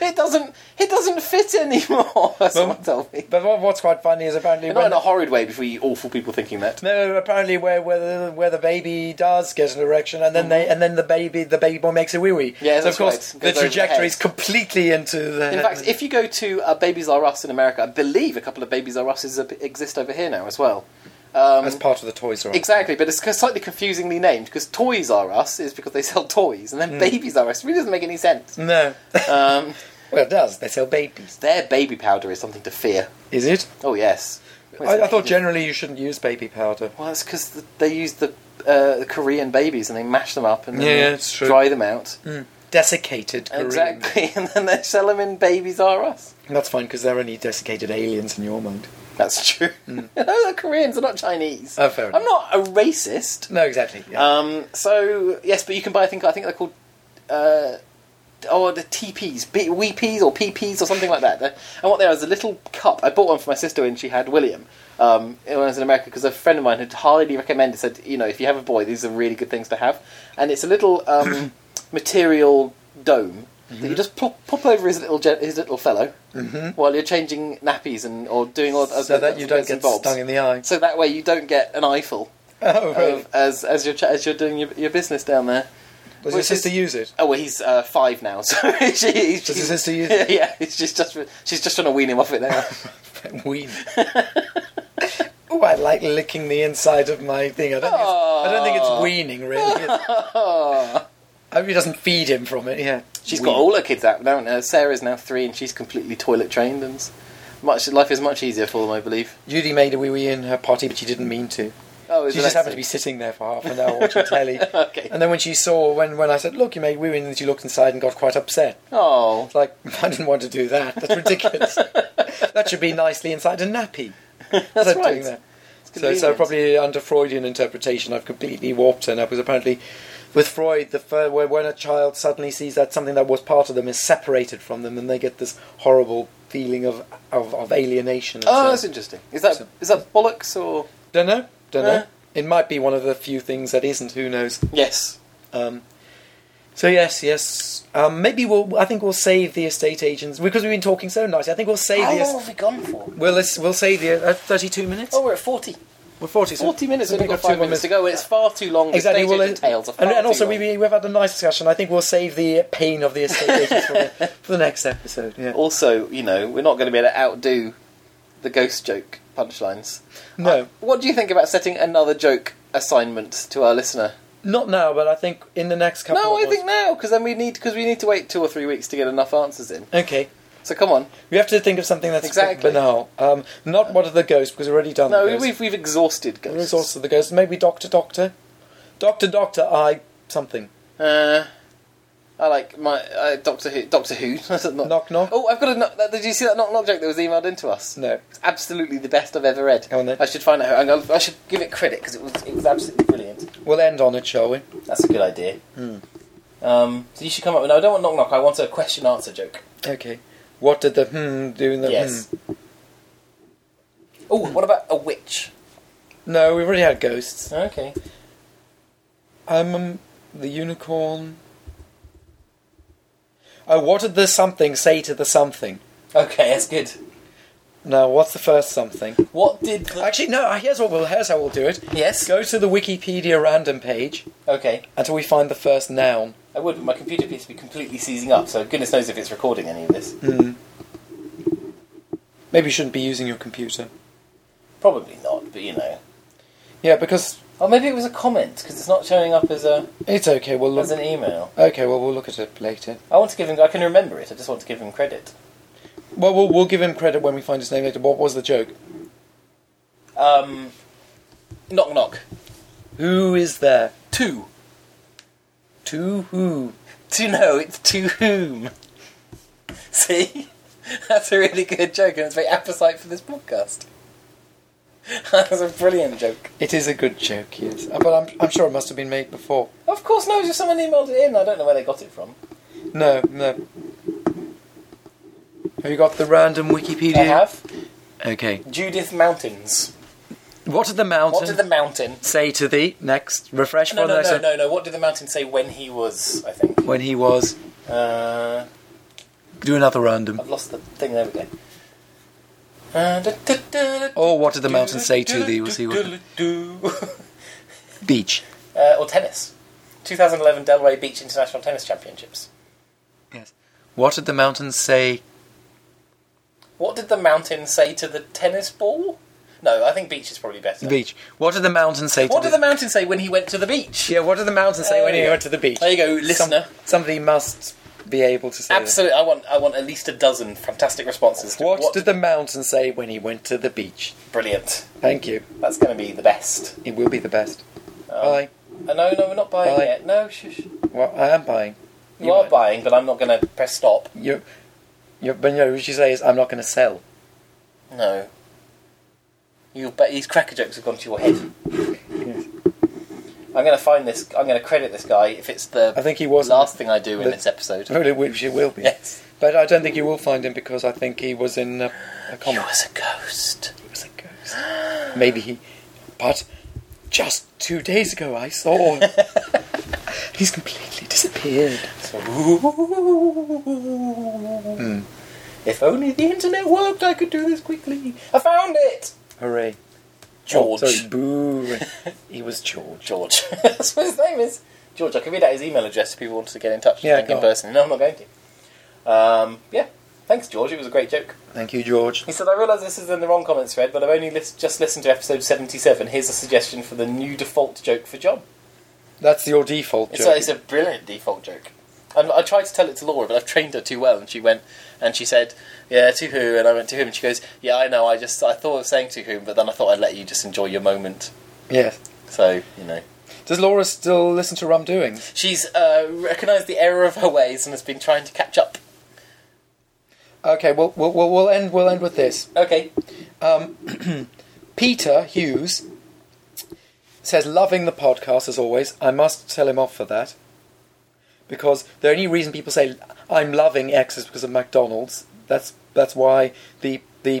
Speaker 2: it doesn't. It doesn't fit anymore. Someone told me.
Speaker 1: but what, what's quite funny is apparently
Speaker 2: Not
Speaker 1: when,
Speaker 2: in a horrid way, before you awful people thinking that.
Speaker 1: no, apparently where, where the where the baby does get an erection, and then they and then the baby the baby boy makes a wee wee.
Speaker 2: Mm-hmm. Yeah,
Speaker 1: so of
Speaker 2: that's
Speaker 1: course
Speaker 2: right.
Speaker 1: the
Speaker 2: Goes over the
Speaker 1: trajectory
Speaker 2: head.
Speaker 1: is completely into the.
Speaker 2: In fact, if you go to uh, Babies R Us in America, I believe a couple of Babies R Uses exist over here now as well. Um,
Speaker 1: as part of the Toys R Us.
Speaker 2: Exactly, but it's slightly confusingly named because Toys R Us is because they sell toys, and then
Speaker 1: Hmm.
Speaker 2: Babies R Us really doesn't make any sense.
Speaker 1: No.
Speaker 2: Um,
Speaker 1: well, it does. They sell babies.
Speaker 2: their baby powder is something to fear.
Speaker 1: Is it?
Speaker 2: Oh yes,
Speaker 1: I, I thought generally you shouldn't use baby powder.
Speaker 2: Well, it's because they use the, uh, the Korean babies and they mash them up and then
Speaker 1: Yeah,
Speaker 2: they
Speaker 1: yeah, it's true.
Speaker 2: dry them out.
Speaker 1: Desiccated. Korean.
Speaker 2: Exactly, and then they sell them in Babies R Us.
Speaker 1: That's fine because they're only desiccated aliens in your mind.
Speaker 2: That's true. Those are Koreans, they're not Chinese.
Speaker 1: Hmm. Oh, fair
Speaker 2: I'm not a racist.
Speaker 1: No, exactly. yeah.
Speaker 2: Um, so yes, but you can buy. I think I think they're called. Uh, Oh, the TPs, B- wee peas or PPs or something like that. They're- And what they are is a little cup. I bought one for my sister when she had William um, when I was in America because a friend of mine had highly recommended. Said, you know, if you have a boy, these are really good things to have. And it's a little um, material dome
Speaker 1: Mm-hmm.
Speaker 2: that you just plop, pop over his little gen- his little fellow while you're changing nappies and or doing all
Speaker 1: so that you don't get stung in the eye.
Speaker 2: So um, that way you don't get an eyeful
Speaker 1: Oh, really?
Speaker 2: of, as as you're ch- as you're doing your, your business down there.
Speaker 1: Does your
Speaker 2: Which is-
Speaker 1: sister use it?
Speaker 2: Oh, well, he's uh, five now, so she, she,
Speaker 1: Does your sister use
Speaker 2: yeah,
Speaker 1: it?
Speaker 2: yeah, it's just, just she's just trying to wean him off it now.
Speaker 1: Ween. oh, I like licking the inside of my thing. I don't, think it's, I don't think it's
Speaker 2: Aw.
Speaker 1: weaning, really. It's- I hope he doesn't feed him from it, yeah.
Speaker 2: Oh, She's
Speaker 1: Wean.
Speaker 2: got all her kids out now. Uh, Sarah's now three, and she's completely toilet trained, and s- much life is much easier for them, I believe.
Speaker 1: Judy made a wee wee in her potty, but she didn't mean to.
Speaker 2: Oh,
Speaker 1: She
Speaker 2: is
Speaker 1: just
Speaker 2: that-
Speaker 1: happened to be sitting there for half an hour watching telly.
Speaker 2: okay.
Speaker 1: And then when she saw, when, when I said, look, you made wee wee, and she looked inside and got quite upset.
Speaker 2: Oh,
Speaker 1: It's like, I didn't want to do that. That's ridiculous. that should be nicely inside a nappy.
Speaker 2: that's
Speaker 1: Instead of
Speaker 2: right.
Speaker 1: doing that. So, so probably under Freudian interpretation, I've completely warped her now because apparently, with Freud, the fir- where when a child suddenly sees that something that was part of them is separated from them, and they get this horrible feeling of of, of alienation.
Speaker 2: Oh, that's interesting. Is that is
Speaker 1: so-
Speaker 2: that bollocks or
Speaker 1: don't know, don't know.
Speaker 2: Eh.
Speaker 1: It might be one of the few things that isn't. Who knows?
Speaker 2: yes?
Speaker 1: Um, so yes, yes. Um, maybe we'll. I think we'll save the estate agents because we've been talking so nicely. I think we'll save
Speaker 2: How
Speaker 1: the.
Speaker 2: long
Speaker 1: est-
Speaker 2: have we gone for?
Speaker 1: We'll, let's, we'll save the uh, thirty-two minutes.
Speaker 2: Oh, we're at forty.
Speaker 1: we're forty. so-
Speaker 2: Forty minutes.
Speaker 1: so
Speaker 2: We've only
Speaker 1: we've
Speaker 2: got
Speaker 1: two
Speaker 2: five
Speaker 1: more
Speaker 2: minutes to go. It's far too long. The
Speaker 1: Exactly.
Speaker 2: stage
Speaker 1: Well,
Speaker 2: agent
Speaker 1: uh,
Speaker 2: tales are far
Speaker 1: and, and
Speaker 2: too
Speaker 1: also,
Speaker 2: long.
Speaker 1: we, we've had a nice discussion. I think we'll save the pain of the estate agents for, the, for the next episode. Yeah.
Speaker 2: also, you know, we're not going to be able to outdo the ghost joke punchlines.
Speaker 1: No,
Speaker 2: What do you think about setting another joke assignment to our listener?
Speaker 1: not now, but I think in the next couple.
Speaker 2: No,
Speaker 1: of
Speaker 2: I
Speaker 1: ones-
Speaker 2: think now because then we need because we need to wait two or three weeks to get enough answers in.
Speaker 1: Okay,
Speaker 2: So come on.
Speaker 1: we have to think of something that's
Speaker 2: Exactly.
Speaker 1: banal. Um, not what are the ghosts because we've already done.
Speaker 2: No,
Speaker 1: the ghosts.
Speaker 2: we've we've exhausted
Speaker 1: The
Speaker 2: ghosts.
Speaker 1: resource of the ghosts. Maybe Doctor Doctor, Doctor Doctor. I something.
Speaker 2: Uh, I like my uh, Doctor Who. Doctor Who. That's not-
Speaker 1: Knock knock.
Speaker 2: Oh, I've got a knock. that- Did you see that knock knock joke that was emailed into us?
Speaker 1: No.
Speaker 2: It's absolutely the best I've ever read.
Speaker 1: Go on then.
Speaker 2: I should find out. Who, I'm gonna- I should give it credit because it was it was absolutely brilliant.
Speaker 1: We'll end on it, shall we?
Speaker 2: That's a good idea.
Speaker 1: Hmm.
Speaker 2: Um, so you should come up with. No, I don't want knock knock. I want a question answer joke.
Speaker 1: Okay. What did the hmm do in the
Speaker 2: yes.
Speaker 1: hmm?
Speaker 2: Oh, what about a witch?
Speaker 1: No, we've already had ghosts.
Speaker 2: Okay.
Speaker 1: Um, um, the unicorn. Oh, what did the something say to the something?
Speaker 2: Okay, that's good.
Speaker 1: Now, what's the first something?
Speaker 2: What did the...
Speaker 1: Actually, no. Here's what we'll. Here's how we'll do it.
Speaker 2: yes?
Speaker 1: Go to the Wikipedia random page
Speaker 2: Okay.
Speaker 1: until we find the first noun.
Speaker 2: I would, but my computer appears to be completely seizing up, so goodness knows if it's recording any of this.
Speaker 1: Hmm. Maybe you shouldn't be using your computer.
Speaker 2: Probably not, but you know.
Speaker 1: Yeah, because
Speaker 2: Oh, maybe it was a comment because it's not showing up as a
Speaker 1: it's okay. We'll
Speaker 2: as
Speaker 1: look.
Speaker 2: an email.
Speaker 1: Okay, well we'll look at it later.
Speaker 2: I want to give him. I can remember it. I just want to give him credit.
Speaker 1: Well, we'll, we'll give him credit when we find his name later. What was the joke?
Speaker 2: Um, knock knock.
Speaker 1: Who is there?
Speaker 2: Two.
Speaker 1: To who?
Speaker 2: To know it's to whom. See, that's a really good joke, and it's very apposite for this podcast. that's a brilliant joke.
Speaker 1: It is a good joke, yes. Uh, But I'm, I'm sure it must have been made before.
Speaker 2: Of course, no. Just someone emailed it in. I don't know where they got it from.
Speaker 1: No, no. Have you got the random Wikipedia?
Speaker 2: I have
Speaker 1: Okay.
Speaker 2: Judith Mountains.
Speaker 1: What did the mountain
Speaker 2: What did the mountain?
Speaker 1: say to thee? Next, refresh
Speaker 2: No,
Speaker 1: for the
Speaker 2: no,
Speaker 1: next
Speaker 2: no,
Speaker 1: one.
Speaker 2: no, no. What did the mountain say when he was? I think.
Speaker 1: When he was.
Speaker 2: Uh,
Speaker 1: Do another random.
Speaker 2: I've lost the thing. There we go. Uh, da- da- da- da-
Speaker 1: Or what did the mountain say to thee? Was he what? Beach.
Speaker 2: Uh, or tennis. 2011 Delray Beach International Tennis Championships.
Speaker 1: Yes. What did the mountain say?
Speaker 2: What did the mountain say to the tennis ball? No, I think beach is probably better.
Speaker 1: Beach. What did the mountain say
Speaker 2: What
Speaker 1: to
Speaker 2: did the mountain say when he went to the beach?
Speaker 1: Yeah, what did the mountain say
Speaker 2: Uh,
Speaker 1: when he
Speaker 2: yeah.
Speaker 1: went to the beach?
Speaker 2: There you go, listener.
Speaker 1: Some- somebody must be able to say that.
Speaker 2: Absolutely, I want I want at least a dozen fantastic responses. To
Speaker 1: What, did the mountain say when he went to the beach?
Speaker 2: brilliant?
Speaker 1: Thank you.
Speaker 2: That's going to be the best.
Speaker 1: It will be the best. Bye.
Speaker 2: Uh, no, no, we're not buying
Speaker 1: Bye.
Speaker 2: yet. No, shush. You,
Speaker 1: Well, I am buying. You
Speaker 2: are
Speaker 1: are.
Speaker 2: buying, but I'm not going to press stop.
Speaker 1: You, you, but you know, what you say is, I'm not going to sell.
Speaker 2: No. You'll bet these cracker jokes have gone to your head. I'm going to find this. I'm going to credit this guy if it's the
Speaker 1: I think he was.
Speaker 2: last thing I do in
Speaker 1: the-
Speaker 2: this episode.
Speaker 1: Really, which it will be.
Speaker 2: Yes.
Speaker 1: But I don't think you will find him because I think he was in a, a
Speaker 2: You
Speaker 1: comic.
Speaker 2: was a ghost.
Speaker 1: He was a ghost. Maybe he. But just two days ago, I saw him. He's completely disappeared.
Speaker 2: Ooh. If only the internet worked, I could do this quickly. I found it.
Speaker 1: Hooray.
Speaker 2: George.
Speaker 1: Oh, sorry, boo. he was George.
Speaker 2: George. That's what his name is. George, I can read out his email address if people want to get in touch
Speaker 1: Yeah,
Speaker 2: like,
Speaker 1: go
Speaker 2: in
Speaker 1: on.
Speaker 2: person. No, I'm not going to. Um, yeah. Thanks, George. It was a great joke.
Speaker 1: Thank you, George.
Speaker 2: He said, I realise this is in the wrong comments thread, but I've only lis- just listened to episode 77. Here's a suggestion for the new default joke for John.
Speaker 1: That's your default
Speaker 2: It's
Speaker 1: joke.
Speaker 2: a, it's a brilliant default joke. And I tried to tell it to Laura, but I've trained her too well, and she went and she said, "Yeah, to who?" And I went to whom, and she goes, "Yeah, I know. I just I thought of saying to whom, but then I thought I'd let you just enjoy your moment."
Speaker 1: Yes.
Speaker 2: So you know,
Speaker 1: Does Laura still listen to Rum Doings?
Speaker 2: she's uh, recognised the error of her ways and has been trying to catch up.
Speaker 1: Okay, we'll, we'll, we'll we'll end, we'll end with this.
Speaker 2: Okay,
Speaker 1: Peter Hughes says, loving the podcast as always. I must tell him off for that. Because the only reason people say I'm loving X is because of McDonald's. That's that's why the the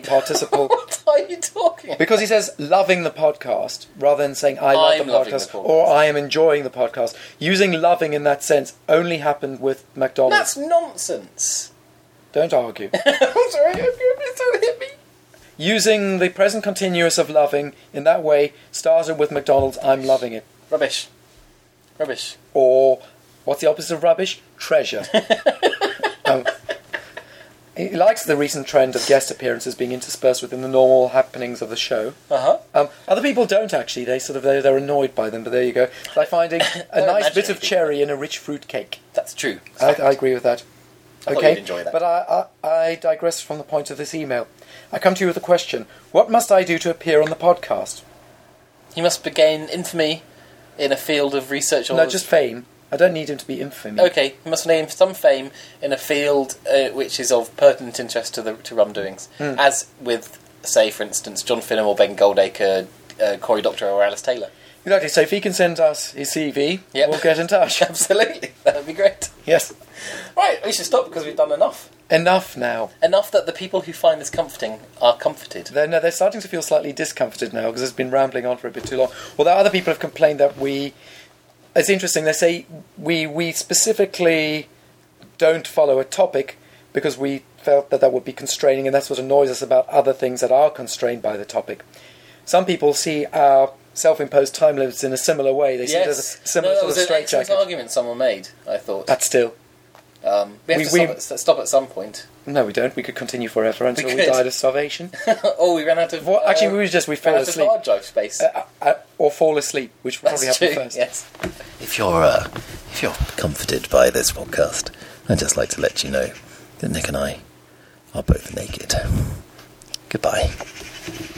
Speaker 1: participle
Speaker 2: what are you talking? about?
Speaker 1: Because he says loving the podcast rather than saying I love
Speaker 2: I'm
Speaker 1: the
Speaker 2: loving the
Speaker 1: podcast
Speaker 2: podcast.
Speaker 1: or I am enjoying the podcast. Using loving in that sense only happened with McDonald's.
Speaker 2: That's nonsense.
Speaker 1: Don't argue.
Speaker 2: I'm sorry, please don't hit me.
Speaker 1: Using the present continuous of loving in that way started with McDonald's I'm loving it.
Speaker 2: Rubbish, rubbish.
Speaker 1: Or what's the opposite of rubbish? Treasure. um, he likes the recent trend of guest appearances being interspersed within the normal happenings of the show.
Speaker 2: Uh huh.
Speaker 1: Um, other people don't actually. They sort of they're, they're annoyed by them, but there you go. It's like finding a
Speaker 2: They're
Speaker 1: nice bit of
Speaker 2: imaginative.
Speaker 1: cherry in a rich fruit cake.
Speaker 2: That's true.
Speaker 1: I, I agree with that.
Speaker 2: I thought
Speaker 1: okay,
Speaker 2: you'd enjoy that.
Speaker 1: but I, I, I digress from the point of this email. I come to you with a question: What must I do to appear on the podcast?
Speaker 2: He must gain infamy in a field of research. or
Speaker 1: No, just fame. I don't need him to be infamous.
Speaker 2: Okay, he must name some fame in a field uh, which is of pertinent interest to the to rum doings, as with, say, for instance, John Finnemore, Ben Goldacre, uh, Cory Doctorow, or Alice Taylor.
Speaker 1: Exactly. So if he can send us his CV,
Speaker 2: Yep.
Speaker 1: we'll get in touch.
Speaker 2: Absolutely, that would be great.
Speaker 1: yes.
Speaker 2: Right, we should stop because we've done enough.
Speaker 1: Enough now.
Speaker 2: Enough that the people who find this comforting are comforted.
Speaker 1: They're, no, they're starting to feel slightly discomforted now because it's been rambling on for a bit too long. Although other people have complained that we, it's interesting. They say we we specifically don't follow a topic because we felt that that would be constraining, and that's what annoys us about other things that are constrained by the topic. Some people see our self-imposed time limits in a similar way. They see it as a
Speaker 2: no,
Speaker 1: similar
Speaker 2: that
Speaker 1: sort
Speaker 2: was
Speaker 1: of
Speaker 2: an excellent
Speaker 1: straitjacket.
Speaker 2: argument someone made. I thought
Speaker 1: But still,
Speaker 2: um, Uh, we have to
Speaker 1: We- we-
Speaker 2: stop, at, stop at some point.
Speaker 1: no, we don't. We could continue forever until we,
Speaker 2: could.
Speaker 1: died of starvation.
Speaker 2: oh, we ran out of
Speaker 1: Well,
Speaker 2: uh,
Speaker 1: actually, we would just we fell
Speaker 2: ran out of
Speaker 1: asleep.
Speaker 2: hard drive space.
Speaker 1: Uh, uh, or fall asleep, which would probably
Speaker 2: That's
Speaker 1: happen
Speaker 2: true,
Speaker 1: first.
Speaker 2: Yes. If you're uh, if you're comforted by this podcast, I'd just like to let you know that Nick and I are both naked. Goodbye.